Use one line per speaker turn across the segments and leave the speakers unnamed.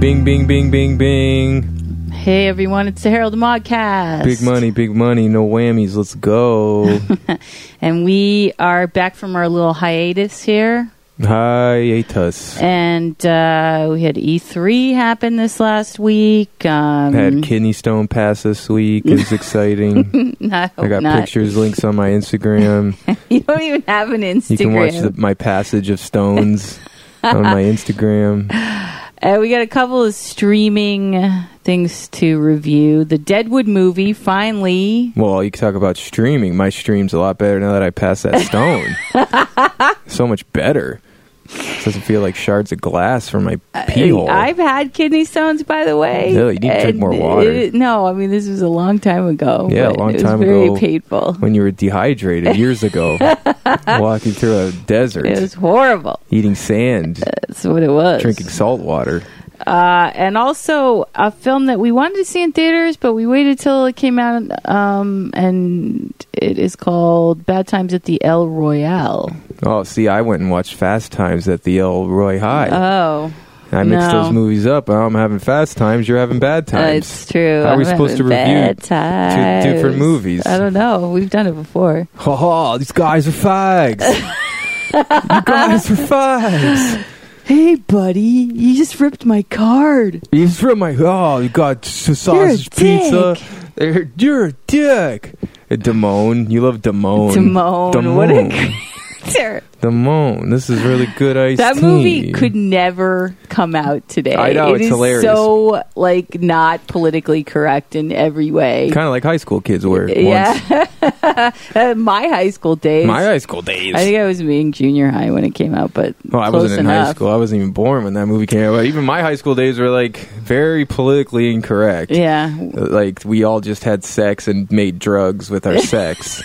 Bing, bing, bing, bing, bing.
Hey everyone, it's the Harold Modcast.
Big money, big money, no whammies. Let's go.
And we are back from our little hiatus here.
Hiatus.
And uh, we had E3 happen this last week. Um,
Had kidney stone pass this week. It's exciting.
I, hope
I got
not.
pictures, links on my Instagram.
You don't even have an Instagram.
You can watch the, my passage of stones on my Instagram.
Uh, we got a couple of streaming things to review. The Deadwood movie finally
Well, you can talk about streaming. My stream's a lot better now that I passed that stone. so much better. doesn't feel like shards of glass from my
Uh,
pee hole.
I've had kidney stones, by the way.
Really? You need to drink
And
more water.
it- no, I mean this was a long time ago.
Yeah, a
but
long
it was
time
very
ago.
painful.
when you were dehydrated years ago, walking through a desert,
It was horrible.
eating sand,
That's what it was.
drinking salt water.
Uh, and also a film that we wanted to see in theaters, but we waited till it came out. Um, and it is called Bad Times at the El Royale.
Oh, see, I went and watched Fast Times at the El Roy High.
Oh,
I mixed
no. Uh,
those movies up. I'm having Fast Times. You're having Bad Times.
it's true.
How are we
I'm
supposed to
having
review
bad times.
two different movies?
I don't know. We've done it before.
Ha ha! These guys are fags. you guys are fags.
Hey, buddy, you just ripped my card.
He's from my. Oh, you got s-
You're a
sausage pizza. You're, you're a dick. Uh, Damone, you love Damone.
Damone, what a
Damone.
Sir,
Damone. This is really good ice.
that movie could never come out today.
I know,
It
it's
is
hilarious.
So like not politically correct in every way.
kind of like high school kids were. Once.
Yeah. Uh, my high school days.
My high school days.
I think I was in junior high when it came out, but
Well, I
close
wasn't in
enough.
high school. I wasn't even born when that movie came out. But even my high school days were like very politically incorrect.
Yeah.
Like we all just had sex and made drugs with our sex.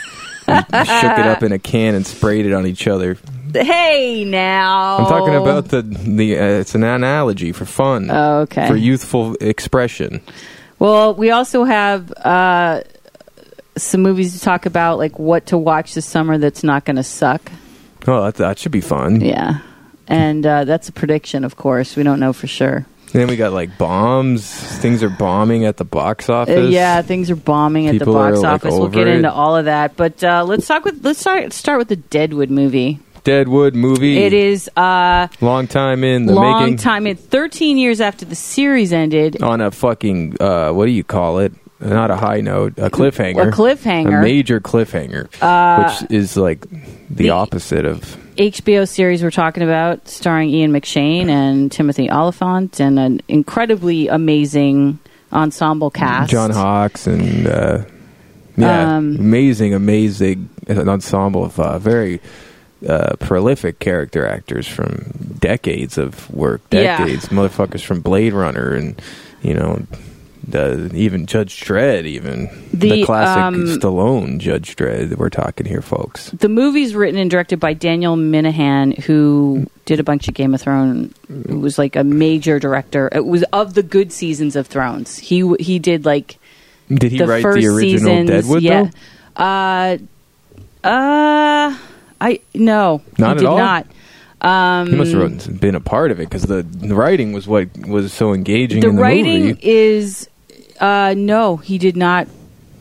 we, we shook it up in a can and sprayed it on each other.
Hey now.
I'm talking about the the. Uh, it's an analogy for fun,
Oh, okay.
for youthful expression.
Well, we also have uh, some movies to talk about, like what to watch this summer that's not going to suck.
Oh, that, that should be fun.
Yeah. And uh, that's a prediction, of course. We don't know for sure.
Then we got like bombs. Things are bombing at the box
Uh,
office.
yeah, things are bombing at the
People are,
box
like,
office. We'll get
over it.
into all of that, but uh, let's talk with let's start start with the Deadwood movie.
Deadwood movie.
It is uh,
long time in the
long
making. Oh,
time. It 13 years after the series ended.
on a fucking uh, what do you call it? Not a high note, a cliffhanger,
A cliffhanger. Uh,
a major cliffhanger, which is like the, opposite of.
HBO series we're talking about, starring Ian McShane and Timothy Oliphant, and an incredibly amazing ensemble cast.
John Hawks and uh, yeah,
Um,
amazing, amazing ensemble of uh, very uh, prolific character actors from decades of work,
Yeah.
decades, motherfuckers from Blade Runner and you know. The, even Judge Dredd, even the,
The,
classic
um,
Stallone Judge Dredd, we're talking here, folks.
The movie's written and directed by Daniel Minahan, who did a bunch of Game of Thrones. Who was like a major director. It was of the good seasons of Thrones. He w- he did like
Did he
the
write
first
the original
seasons.
Deadwood
yeah.
though?
Uh, uh, I no,
Not
he
at
did
all?
Not.
He must
um,
have wrote- been a part of it because the, the writing was what was so engaging
the
in the
writing
movie.
is uh no he did not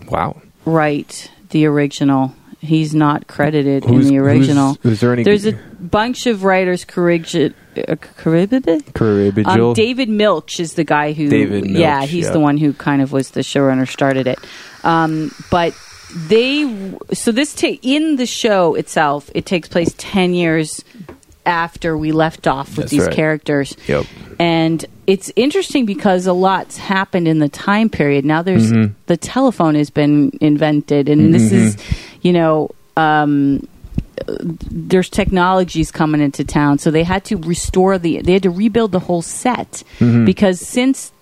Wow.
write the original he's not credited
Who's-
in the
who's-
original
is there any-
there's a bunch of writers corrigi- uh, corrigi-
Courageous.
um, David Milch is the guy who
David Milch,
yeah he's
yeah.
the one who kind of was the showrunner started it um but they so this ta- in the show itself it takes place 10 years after we left off with
That's
these
right.
characters
Yep.
and it's interesting because a lot's happened in the time period. Now there's the telephone has been invented, and this is, you know, um, there's technologies coming into town. So they had to restore the, they had to rebuild the whole set because since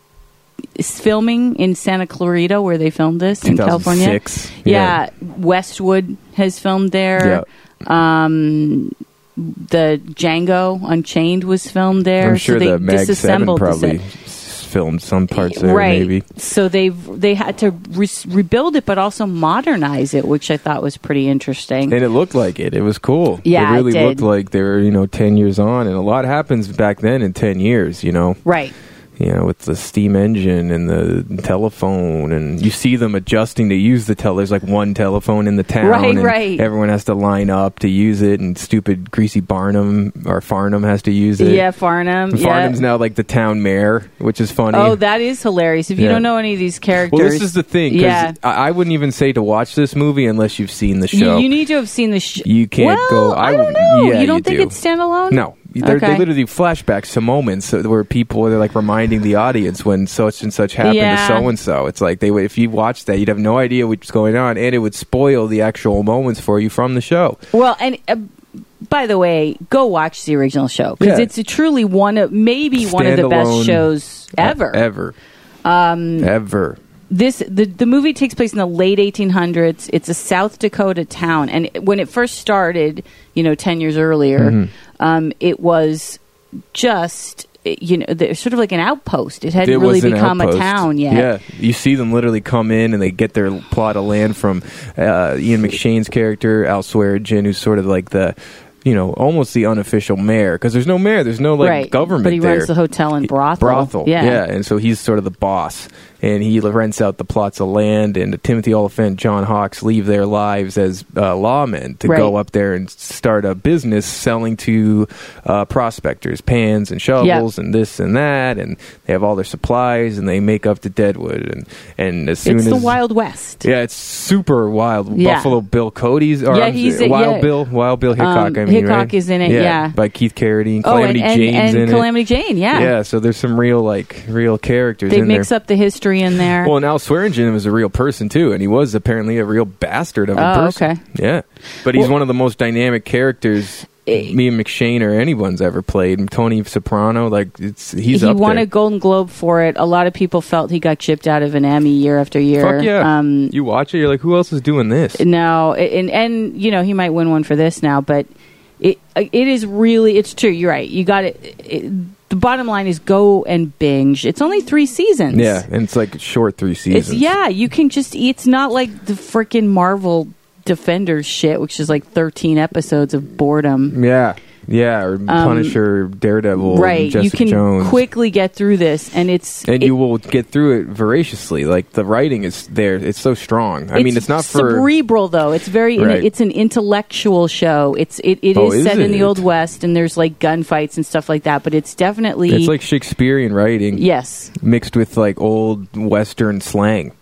s- filming in Santa Clarita, where they filmed this in California,
2006,
yeah, Westwood has filmed there. Um, The Django Unchained was filmed there.
I'm sure
so they
the Mag Seven
disassembled the
probably
set.
s- filmed some parts there,
right.
maybe.
So they've they had to re- rebuild it, but also modernize it, which I thought was pretty interesting.
And it looked like it. It was cool.
Yeah,
it
it
really
did.
looked like they were, you know, ten years on, and a lot happens back then in ten years. You know,
right.
you know, with the steam engine and the telephone, and you see them adjusting to use the tel. There's like one telephone in the town,
Right,
and
right.
Everyone has to line up to use it, and stupid greasy Barnum or Farnum has to use it.
yeah, Farnham.
And
yeah.
Farnham's now like the town mayor, which is funny.
Oh, that is hilarious. If you
Yeah.
don't know any of these characters,
well, this is the thing. 'cause
Yeah,
I-, I wouldn't even say to watch this movie unless you've seen the
you,
show.
you need to have seen the show.
You can't
well,
go-
I,
I
don't
would-
know.
yeah,
you don't
you
think
do.
it's standalone?
No, they're,
Okay.
they literally do flashbacks to moments that- where people they're like reminding the audience when such and such happened
Yeah.
to so and so. It's like they would if you watched that, you'd have no idea what's going on, and it would spoil the actual moments for you from the show.
Well, and uh, by the way, go watch the original show because
Yeah.
it's truly one of maybe one of the best
Standalone,
shows ever.
ever, um, ever.
this the, the movie takes place in the late 1800s it's a south dakota town and when it first started you know 10 years earlier
Mm-hmm.
um, it was just eh, you know the, sort of like an outpost it hadn't
It
really
was an
become a
outpost.
town yet
Yeah, you see them literally come in and they get their plot of land from uh, Ian McShane's character Al Swearingen, who's sort of like the. You know, almost the unofficial mayor because there's no mayor, there's no like
right
government.
but he
there.
runs the hotel and brothel
brothel. Yeah. and so he's sort of the boss, and he rents out the plots of land. And Timothy Oliphant, John Hawks leave their lives as uh, lawmen to go
Right.
up there and start a business selling to uh, prospectors pans and shovels and this and that, and they have all their supplies and they make up to Deadwood. And and as soon
it's
as
the wild west
yeah, it's super wild.
Yeah.
Buffalo Bill Cody's, or
Yeah,
I'm-
he's a-
Wild
yeah.
Bill, Wild Bill Hickok.
Um,
I mean,
Hickok
right?
is in it, yeah.
by Keith Carradine,
oh and,
Calamity
and,
Jane's
and
in it.
calamity jane yeah,
Yeah, so there's some real like real characters
they
in
mix
there.
up the history in there
well, and Al Swearingen was a real person too, and he was apparently a real bastard of a
Oh,
person.
okay.
Yeah, but he's
Well-
one of the most dynamic characters
Eh.
me and McShane or anyone's ever played. And Tony Soprano, like it's he's
he
up
won
there.
a Golden Globe for it. A lot of people felt he got chipped out of an Emmy year after year.
Fuck yeah!
Um,
you watch it, you're like, who else is doing this?
No, and and you know he might win one for this now, but it it is really it's true. You're right. You got it. it the bottom line is go and binge. It's only three seasons.
yeah, and it's like short three seasons.
it's yeah. You can just it's not like the freaking Marvel Defenders shit, which is like 13 episodes of boredom.
yeah, yeah. Or Punisher, Daredevil,
Um, right.
Jessica
You can
Jones.
quickly get through this, and it's
and
it-
you will get through it voraciously. Like the writing is there; it's so strong. I mean, it's not for
cerebral though. It's very
Right.
it's an intellectual show. It's it, it is
Oh, is
set in
it?
the old west and there's like gunfights and stuff like that, but it's definitely
It's like Shakespearean writing
yes.
mixed with like old Western slang.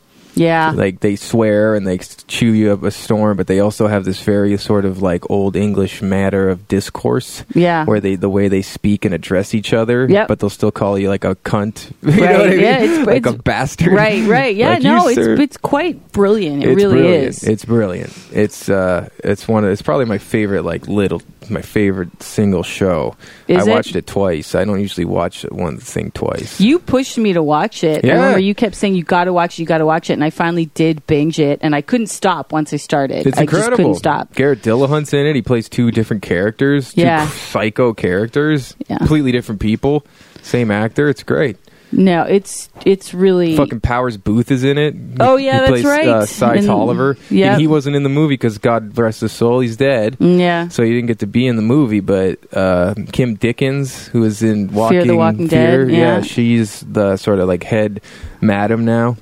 Yeah.
Like they swear and they chew you up a storm, but they also have this very sort of like old English matter of discourse.
Yeah.
Where they the way they speak and address each other,
Yep.
but they'll still call you like a cunt. you
Right,
know what I mean?
yeah, it's-
like
it's-
a bastard.
right, right. Yeah,
Like, you,
no, it's
sir.
it's quite brilliant. It
It's
really
brilliant.
is.
It's brilliant. It's uh, it's one of it's probably my favorite like little my favorite single show.
Is
I
it?
watched it twice. I don't usually watch one thing twice.
you pushed me to watch it. I
Yeah.
remember you kept saying you got to watch it, you got to watch it, and I finally did binge it, and I couldn't stop once I started.
It's
I
incredible.
just couldn't stop.
Garrett Dillahunt's in it. He plays two different characters, two
Yeah.
psycho characters,
Yeah.
completely different people, same actor. It's great.
No, it's it's really
Fucking Powers Booth is in it.
Oh, yeah,
he
that's
plays,
right.
Uh, Cy
And-
Tolliver.
yeah. Mm.
and he wasn't in the movie because God rest his soul, he's dead.
yeah.
So he didn't get to be in the movie, but uh, Kim Dickens, who is in Walking
Fear the Walking
Fear,
Dead, yeah.
she's the sort of like head madam now.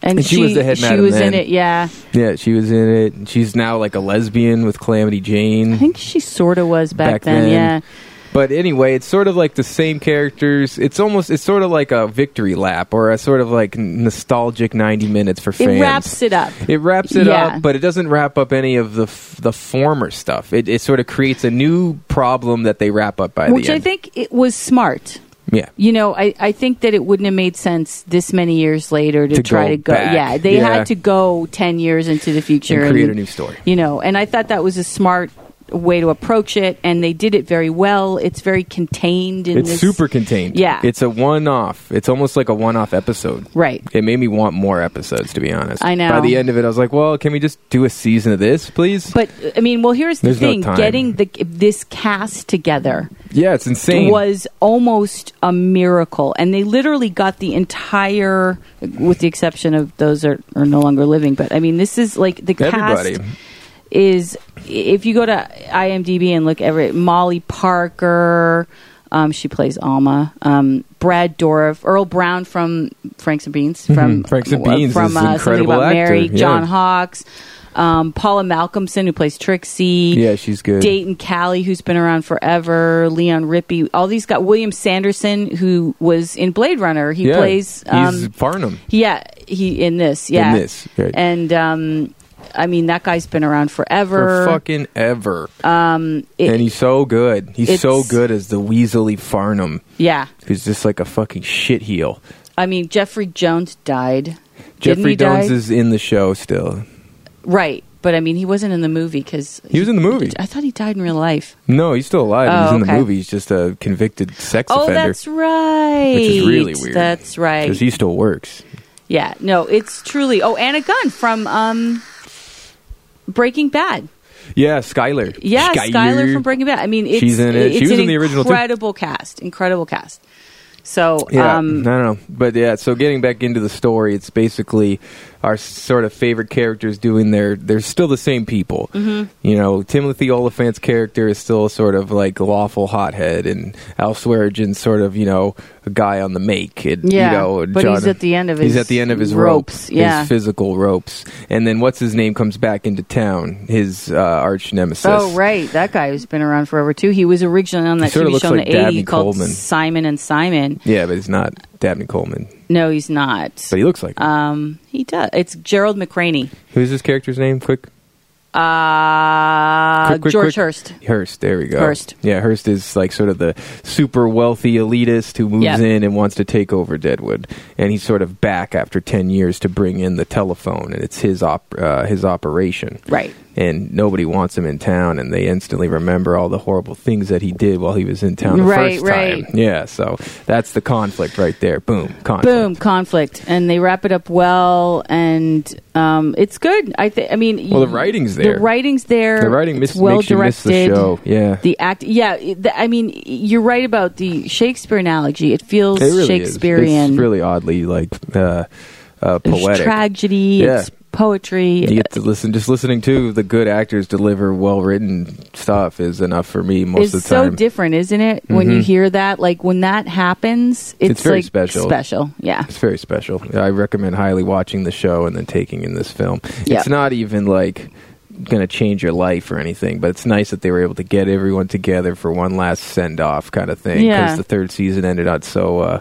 and
and she was the head
she
madam
was in
then.
it. Yeah.
Yeah, she was in it. and She's now like a lesbian with Calamity Jane.
I think she sort of was back,
Back
then,
then.
yeah.
But anyway, it's sort of like the same characters. It's almost it's sort of like a victory lap or a sort of like nostalgic ninety minutes for fans.
It wraps it up.
It wraps it
Yeah.
up, but it doesn't wrap up any of the f- the former stuff. It, it sort of creates a new problem that they wrap up by
Which
the
I
end.
think it was smart.
yeah,
You know, I, I think that it wouldn't have made sense this many years later to,
To
try
go
to go.
back.
Yeah, they
Yeah.
had to go 10 years into the future
and create a new story.
You know, and I thought that was a smart way to approach it, and they did it very well. It's very contained in
It's
this.
super contained.
Yeah.
it's a one off. It's almost like a one off episode.
Right.
It made me want more episodes, to be honest.
I know.
By the end of it, I was like, "Well, can we just do a season of this, please?"
But, I mean, well, here's the
There's no
thing
time.
getting the, this cast together.
yeah, it's insane.
was almost a miracle, and they literally got the entire, with the exception of those are are no longer living. But I mean, this is like the
Everybody.
cast is. If you go to IMDb and look every Molly Parker, Um, she plays Alma. Um, Brad Dourif, Earl Brown from Franks and Beans, from
Mhm. Franks and Beans
from
is
uh,
an
Something
incredible
About
actor,
Mary,
yeah.
John Hawkes, um, Paula Malcolmson who plays Trixie,
Yeah, she's good.
Dayton Callie, who's been around forever, Leon Rippey, all these got William Sanderson, who was in Blade Runner. He
yeah.
plays. Um,
he's Farnham.
yeah, he in this. Yeah,
this, right.
And um, I mean, that guy's been around forever.
For fucking ever.
It-
and he's so good. He's
uh, it's-
so good as the Weasley Farnham,
yeah,
who's just like a fucking shitheel.
I mean, Jeffrey Jones died. Didn't
Jeffrey
he
Jones
die?
is in the show still.
right, but I mean, he wasn't in the movie because
He was in the movie.
I thought he died in real life.
No, he's still alive.
Oh,
he's in
okay.
the movie. He's just a convicted sex
oh,
offender,
that's right.
which is really weird.
That's right.
because he still works.
yeah, no, it's truly. Oh, Anna Gunn from um, Breaking Bad.
Yeah, Skyler.
Yeah, Skyler from Breaking Bad. I mean, it's,
She's in it.
It's
She was
an
in the original, too.
Incredible cast. Incredible cast. So,
Yeah,
um,
I don't know, but yeah. So getting back into the story, it's basically our sort of favorite characters doing their. They're still the same people. Mm-hmm. You know, Timothy Oliphant's character is still sort of like lawful hothead, and Al Swearengen's sort of you know a guy on the make. And,
Yeah,
you know,
but he's at the end of
he's
his
at the end of his
ropes,
ropes.
yeah.
his physical ropes, and then what's his name comes back into town. His uh, arch nemesis.
Oh right, that guy who's been around forever too. He was originally on that
He sorta
TV
looks
show in
like
the
Dabney
'80s called
Coleman.
Simon and Simon.
Yeah, but it's not Dabney Coleman,
No, he's not.
but he looks like. him.
um, he does. It's Gerald McRaney.
Who's his character's name? Quick.
Uh,
Quick, quick,
George
quick.
Hurst.
Hurst, there we go.
Hurst.
Yeah, Hurst is like sort of the super wealthy elitist who moves
Yeah.
in and wants to take over Deadwood. And he's sort of back after 10 years to bring in the telephone, and it's his, op- uh, his operation.
Right.
And nobody wants him in town, and they instantly remember all the horrible things that he did while he was in town the
Right,
first time.
right.
Yeah, so that's the conflict right there. Boom, conflict.
Boom, conflict, and they wrap it up well, and um, it's good. I think. I mean,
Well, the
y-
writing's
The
there.
writing's there.
The writing
It's
miss- makes you miss the
well-directed.
show. Yeah.
The act, yeah. it- the- I mean, you're right about the Shakespeare analogy. It feels
It really is.
Shakespearean.
It's really oddly like uh, uh,
There's
poetic.
tragedy.
Yeah.
It's poetry.
You get to listen. Just listening to the good actors deliver well written stuff is enough for me most
it's
of the
so
time. Mm-hmm.
different, isn't it? When you hear that, like when that happens, it's,
It's very
like
special.
Special, yeah.
it's very special. I recommend highly watching the show and then taking in this film.
Yeah.
It's not even like going to change your life or anything, but it's nice that they were able to get everyone together for one last send off kind of thing.
Yeah.
Because the third season ended out so, uh,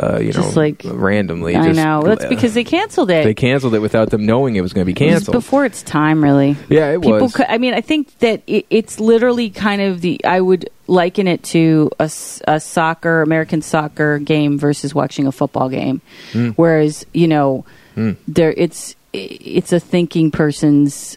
uh, you
Just
know,
like-
randomly.
I
just-
know. That's because they canceled it.
they canceled it without them knowing it was going to be
It was
canceled.
before its time, really.
Yeah, it
People
was.
cou- I mean, I think that it, it's literally kind of the. I would liken it to a, s- a soccer, American soccer game versus watching a football game.
Hmm.
Whereas, you know, there it's it's a thinking person's.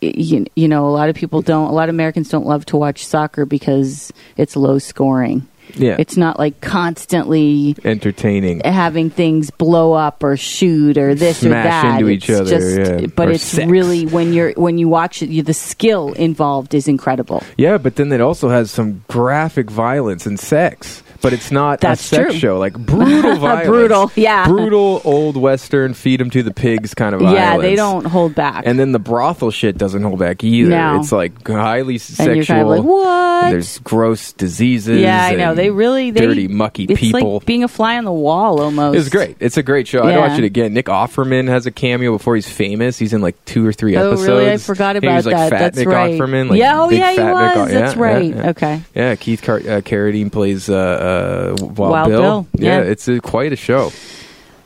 You, you know, a lot of people don't. A lot of Americans don't love to watch soccer because it's low scoring.
yeah.
It's not like constantly
entertaining.
having things blow up or shoot or this
Smash
or that.
into
It's
each other, yeah,
But
or
it's
sex.
really when you're when you watch it, you, the skill involved is incredible.
Yeah, but then it also has some graphic violence and sex. But it's not
That's
a sex
true.
show, like brutal violence,
Brutal, yeah.
brutal old western, feed them to the pigs kind of
Yeah,
violence.
they don't hold back.
And then the brothel shit doesn't hold back either.
No.
It's like highly sexual.
And you're kind of like, "What?"
There's gross diseases.
yeah, I know
and
they really they,
dirty, mucky
it's
people.
like being a fly on the wall almost.
It's great. It's a great show. I'd
Yeah.
watch it again. Nick Offerman has a cameo before he's famous. He's in like two or three
Oh,
episodes.
really? I forgot
He was,
about
like,
that.
Fat
That's
Nick
right.
Offerman, like,
Yeah, oh,
big
yeah, he
fat Nick
was.
O-
That's
yeah,
right.
yeah, yeah.
Okay.
Yeah, Keith Car- uh, Carradine plays uh, uh, Wild,
Wild Bill, yeah.
it's uh quite a show.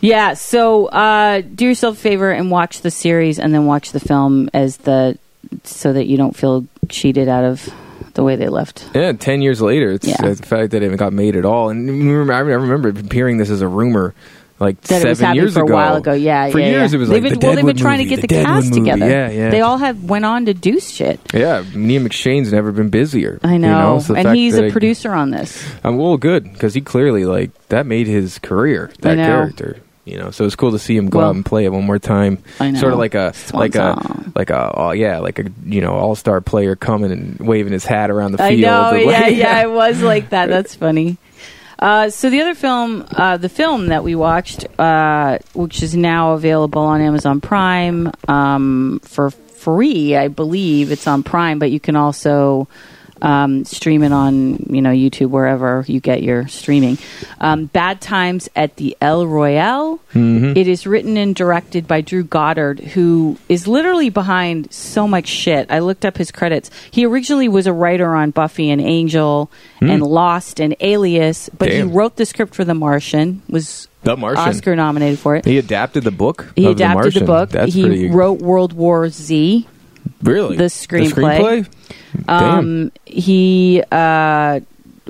Yeah, so uh, do yourself a favor and watch the series, and then watch the film as the so that you don't feel cheated out of the way they left.
Yeah, ten years later, it's
Yeah.
uh, the fact that it even got made at all. And remember- I remember hearing this as a rumor. Like
That
seven
it was happening
years
for
ago.
a while ago. Yeah,
for
yeah,
years
yeah.
it was
they've
like
been,
the
well, they've been
Deadwood
trying
movie,
to get the,
Deadwood
cast
movie.
together.
Yeah, yeah.
They all have went on to do shit.
yeah, Liam McShane's never been busier.
I
you
know,
So the
and
fact
he's
that
a
it-
producer on this.
Um, well, good because he clearly like that made his career.
I
That
know.
character, you know. So it's cool to see him go
Well,
out and play it one more time.
I know.
Sort of like a
Swan
like
song.
a like a oh, yeah like a you know all star player coming and waving his hat around the field.
I know,
and,
yeah,
like-
yeah, it was like that. That's funny. Uh, so the other film, uh, the film that we watched, uh, which is now available on Amazon Prime um, for free, I believe it's on Prime, but you can also um, stream it on you know YouTube wherever you get your streaming. Um, Bad Times at the El Royale. It is written and directed by Drew Goddard, who is literally behind so much shit. I looked up his credits. He originally was a writer on Buffy and Angel and Lost and Alias, but
Damn.
he wrote the script for The Martian. Was
The Martian.
Oscar nominated for it.
He adapted the book.
He
of
adapted the,
Martian.
book.
That's
he
pretty,
wrote World War Z.
really
the screenplay.
screenplay? Damn.
Um, he uh,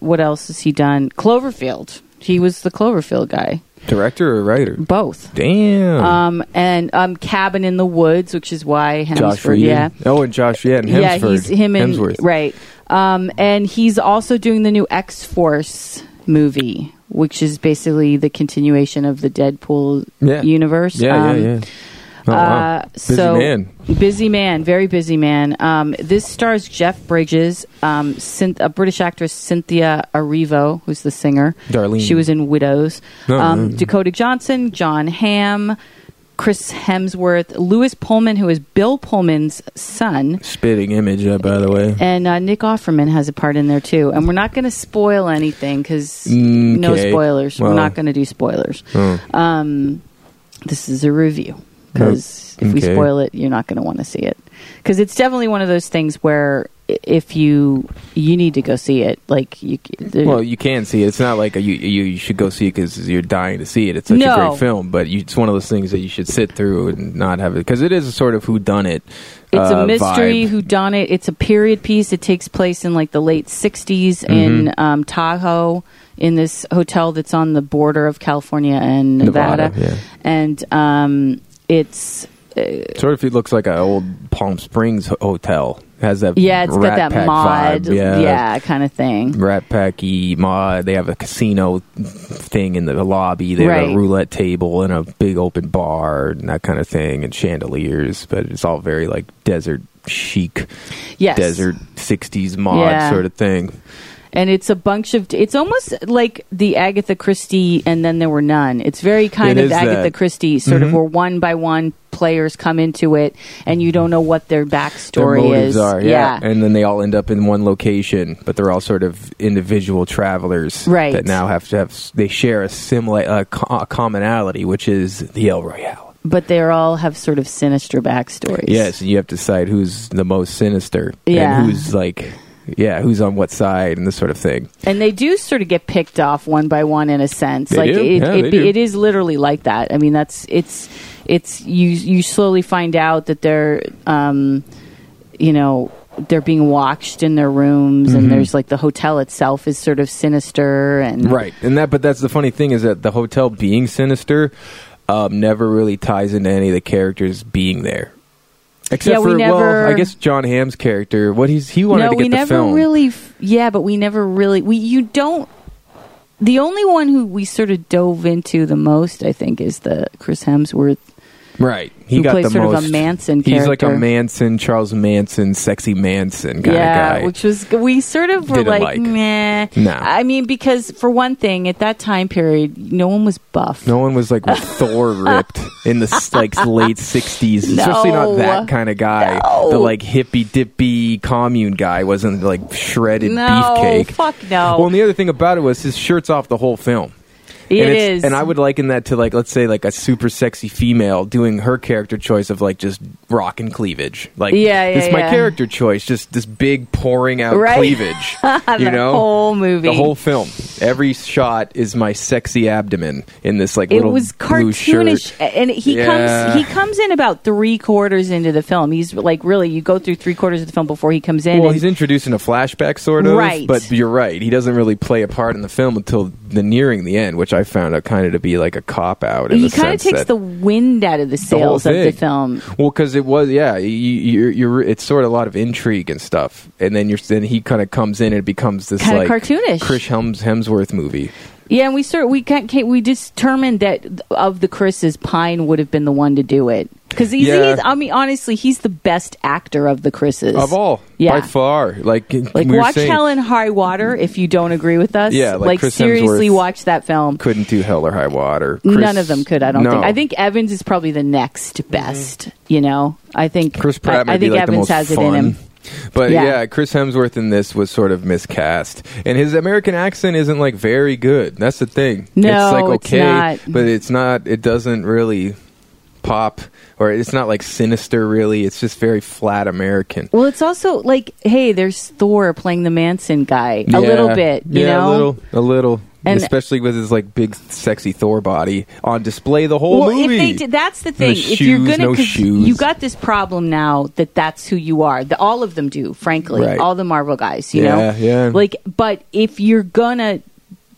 what else has he done? Cloverfield. He was the Cloverfield guy.
Director or writer?
Both.
Damn.
Um, and um, Cabin in the Woods, which is why Hemsworth.
Josh Reed.
Yeah.
Oh, and Josh. Yeah, and Hemsworth.
Yeah, he's him and
Hemsworth.
right. Um, and he's also doing the new X Force movie, which is basically the continuation of the Deadpool
Yeah.
universe.
Yeah,
Um,
yeah, yeah. Oh, wow.
Uh,
Busy
so
man.
busy man, very busy man. Um, this stars Jeff Bridges, um, Cyn- a British actress Cynthia Erivo, who's the singer.
Darlene. Oh,
She was in Widows.
No,
um,
no.
Dakota Johnson, John Hamm, Chris Hemsworth, Lewis Pullman, who is Bill Pullman's son.
Spitting image, uh, by the way.
And uh, Nick Offerman has a part in there too. And we're not going to spoil anything because no
Mkay.
spoilers.
Mm, Well.
we're not going to do spoilers.
Oh.
Um, this is a review because
Nope.
if we
Mm. Okay.
spoil it, you're not going to want to see it. Because it's definitely one of those things where i- if you you need to go see it, like you. c- there-
Well, you can see it. It's not like a, you, you you should go see it because you're dying to see it. It's such a
No.
great film, but you, it's one of those things that you should sit through and not have it because it is a sort of who done it. uh,
it's a mystery who done it. It's a period piece. It takes place in like the late '60s
Mm-hmm.
in um, Tahoe, in this hotel that's on the border of California and
Nevada,
Nevada,
yeah.
and um, it's
sort of it looks like an old Palm Springs ho- hotel. Has that
yeah, it's
Rat
got that
Pack
mod,
vibe. Yeah, Mm,
kind of thing.
Rat Packy mod. They have a casino thing in the lobby. They have a
Right.
roulette table and a big open bar and that kind of thing and chandeliers. But it's all very like desert chic,
Yes,
desert '60s mod
Yeah.
sort of thing.
and it's a bunch of it's almost like the agatha christie and then there were none it's very kind
It is
of agatha
that. Mm-hmm.
christie sort of where one by one players come into it and you don't know what their backstory
their motives
is
are, yeah. and then they all end up in one location, but they're all sort of individual travelers,
Right.
That now have to have they share a similar uh, co- commonality, which is the El Royale.
but they all have sort of sinister backstories
Yes, and you have to decide who's the most sinister
Yeah.
and who's like, yeah, who's on what side and this sort of thing.
and they do sort of get picked off one by one in a sense
They
like
do.
It,
Yeah, they
it, be-
do.
it is literally like that i mean that's it's it's you you slowly find out that they're um you know they're being watched in their rooms
Mm-hmm.
and there's like the hotel itself is sort of sinister and
Right, and that, but that's the funny thing is that the hotel being sinister um, never really ties into any of the characters being there. Except
Yeah, we
for
never-
well, I guess John Hamm's character. What he's he wanted
no
to get
we
the
never
film.
really f- yeah but we never really we you don't the only one who we sort of dove into the most i think is the chris hemsworth
Right. He
who
got
plays
the
sort of a
most.
Manson
He's like a
character.
Manson, Charles Manson, sexy Manson kind
yeah,
of guy.
which was we sort of were
Didn't
like,
like.
meh.
No.
I mean, because for one thing, at that time period, no one was buff.
no one was like Thor ripped in the s- like late sixties, especially not
No.
that kind of guy.
No.
The like hippy dippy commune guy wasn't like shredded
No,
beefcake.
fuck no.
Well, and the other thing about it was his shirt's off the whole film. and
it
it's-
is,
and I would liken that to like let's say like a super sexy female doing her character choice of like just rock and cleavage. Like
Yeah, yeah,
it's my
yeah.
character choice, just this big pouring out
Right.
cleavage.
The
you know,
whole movie.
the whole film. Every shot is my sexy abdomen in this like
it
little
was
blue
cartoonish,
shirt.
and he
Yeah.
comes he comes in about three quarters into the film. He's like, really, you go through three quarters of the film before he comes in.
Well,
and-
he's introduced in a flashback, sort of.
Right.
But you're right; he doesn't really play a part in the film until the nearing the end, which I found out kind of to be like a cop out.
he kind of takes the wind out of the
whole
sails of the
thing.
film.
Well, because it was, yeah, you, you're, you're, it's sort of a lot of intrigue and stuff, and then you're, then he kind of comes in and it becomes this
Kinda
like
cartoonish.
Chris Hems, Hemsworth movie.
Yeah, and we sort we can't, can't we determined that th- of the Chris's Pine would have been the one to do it because he's,
Yeah.
he's I mean honestly he's the best actor of the Chris's
Of all, by
Yeah.
far, like
Like
we were
watch
saying,
Hell and High Water if you don't agree with us.
Yeah, like Chris
seriously
Hemsworth.
watch that film.
couldn't do Hell or High Water.
None
Chris-
of them could. I don't
no. Mm-hmm.
think. I think Evans is probably the next best. You know, I think
Chris Pratt
I, I
might be,
think
like, the
Evans
most
has it in him.
fun. But
Yeah.
yeah. Chris Hemsworth in this was sort of miscast, and his American accent isn't like very good. That's the thing.
No,
it's like
it's
okay,
not.
but it's not. It doesn't really pop, or it's not like sinister. Really, it's just very flat American.
Well, it's also like, hey, there's Thor playing the Manson guy a little
Yeah.
bit, you
yeah,
know.
a little, a little,
And-
especially with his like big, sexy Thor body on display the whole
well,
movie.
if they did, that's the thing. if you're
shoes,
gonna,
no
'cause
shoes.
you got this problem now that that's who you are. The, all of them do, frankly,
Right.
all the Marvel guys. You
Yeah,
know,
yeah.
Like, but if you're gonna,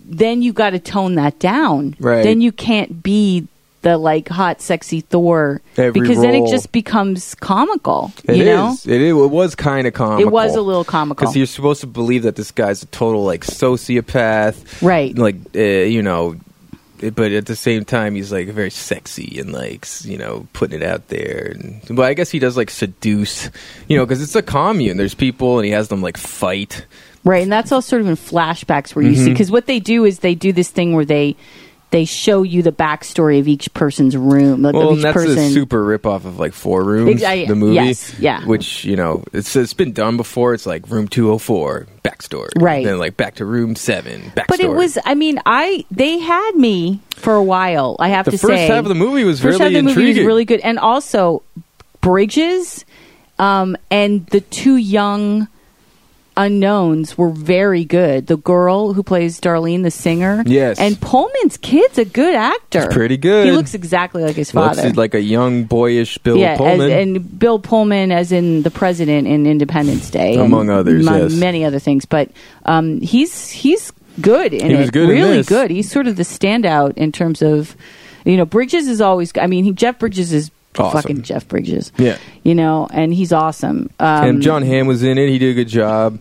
then you got to tone that down.
Right.
Then you can't be the like hot, sexy Thor
Every
because then it
role.
just becomes comical.
It
you
is.
know,
It, it was kind of comical.
it was a little comical.
because you're supposed to believe that this guy's a total like sociopath,
Right.
Like uh, you know, it- but at the same time he's like very sexy and like s- you know putting it out there. And, but I guess he does like seduce, you know, because it's a commune. There's people and he has them like fight.
Right, and that's all sort of in flashbacks where you see
Mm-hmm.
because what they do is they do this thing where they they show you the backstory of each person's room, like,
Well,
of
and
each
that's a
person.
super ripoff of like Four Rooms,
Ex- I-
the movie.
yes, yeah.
Which you know, it's it's been done before. It's like Room Two Hundred Four, backstory,
Right.
Then like back to Room Seven, backstory.
but it was, I mean, I they had me for a while. I have
the
to
first
say,
half of the movie was
first
really
half of the
intriguing.
movie was really good, and also Bridges um, and the two young unknowns were very good. The girl who plays Darlene, the singer,
Yes.
and Pullman's kid's a good actor.
He's pretty good.
He looks exactly like his
Looks
father.
like a young boyish Bill
yeah, as-
Pullman.
and Bill Pullman as in the president in Independence Day, and
Among others,
among
yes.
many other things. But um, he's he's good in
He
it,
was good in
really
this.
good. He's sort of the standout in terms of, you know, Bridges is always. I mean, he, Jeff Bridges is
Awesome.
fucking Jeff Bridges.
Yeah.
you know, and he's awesome. Um,
and John Hamm was in it. He did a good job.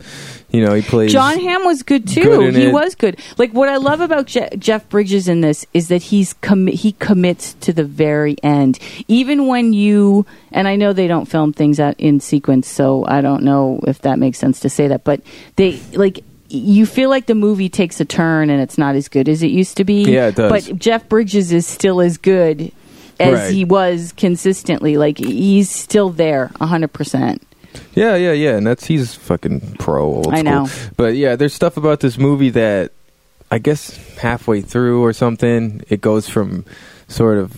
You know, he plays
John Hamm was good too.
Good in
he
it.
was good. Like what I love about Je- Jeff Bridges in this is that he's commi he commits to the very end, even when you. And I know they don't film things out in sequence, so I don't know if that makes sense to say that. But they like you feel like the movie takes a turn and it's not as good as it used to be.
Yeah, it does.
But Jeff Bridges is still as good as
Right.
he was consistently. Like he's still there, hundred percent.
Yeah, yeah, yeah. And that's he's fucking pro. Old
I
school.
know.
But yeah, there's stuff about this movie that I guess halfway through or something, it goes from sort of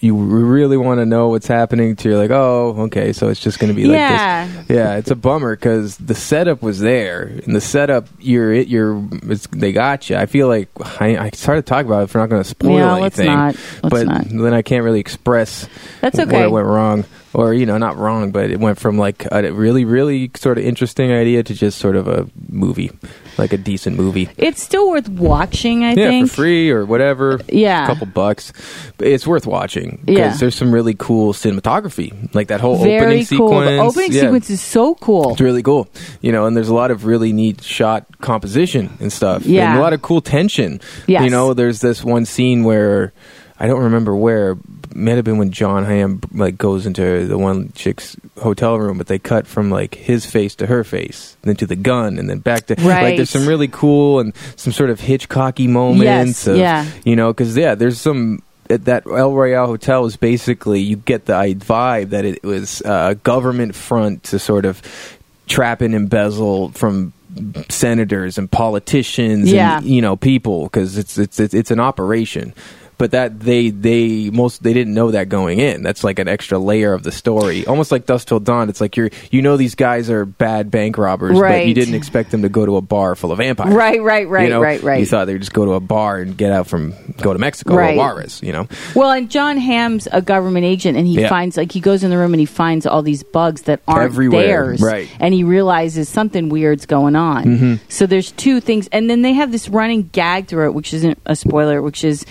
you really want to know what's happening to you're like, oh, okay, so it's just going to be
Yeah.
like this. Yeah, it's a bummer because the setup was there, and the setup you're it you're it's, they got you. I feel like I, I started to talk about it. If we're not going to spoil
Yeah, let's
anything,
not. Let's
but
not.
then I can't really express
That's
where
okay.
it went wrong, or you know, not wrong, but it went from like a really, really sort of interesting idea to just sort of a movie, like a decent movie.
It's still worth watching. I
yeah,
think
for free or whatever.
Yeah.
a couple bucks. But it's worth watching because
Yeah.
there's some really cool cinematography, like that whole
Very
opening
cool.
sequence.
The opening
Yeah.
sequence is so cool.
It's really cool, you know, and there's a lot of really neat shot composition and stuff.
Yeah.
and a lot of cool tension.
Yes.
you know, there's this one scene where I don't remember where may have been when John Hamm like goes into the one chick's hotel room, but they cut from like his face to her face, then to the gun, and then back to
Right.
like there's some really cool and some sort of Hitchcocky moments.
Yes,
of,
yeah.
you know, because yeah, there's some. At that El Royale Hotel is basically you get the i- vibe that it was uh, a government front to sort of trap and embezzle from senators and politicians
Yeah.
and you know people because it's, it's it's it's an operation. But that they they most they didn't know that going in. That's like an extra layer of the story, almost like Dust Till Dawn. It's like you're you know these guys are bad bank robbers, but
Right.
you didn't expect them to go to a bar full of vampires.
Right, right, right,
You know,
right, right.
You thought they'd Uh, just go to a bar and get out from go to Mexico
Right.
or Juarez, you know.
Well, and John Hamm's a government agent, and he
Yeah.
finds like he goes in the room and he finds all these bugs that aren't
Everywhere,
theirs,
right. Mm-hmm.
And he realizes something weird's going on. So there's two things, and then they have this running gag through it, which isn't a spoiler, which is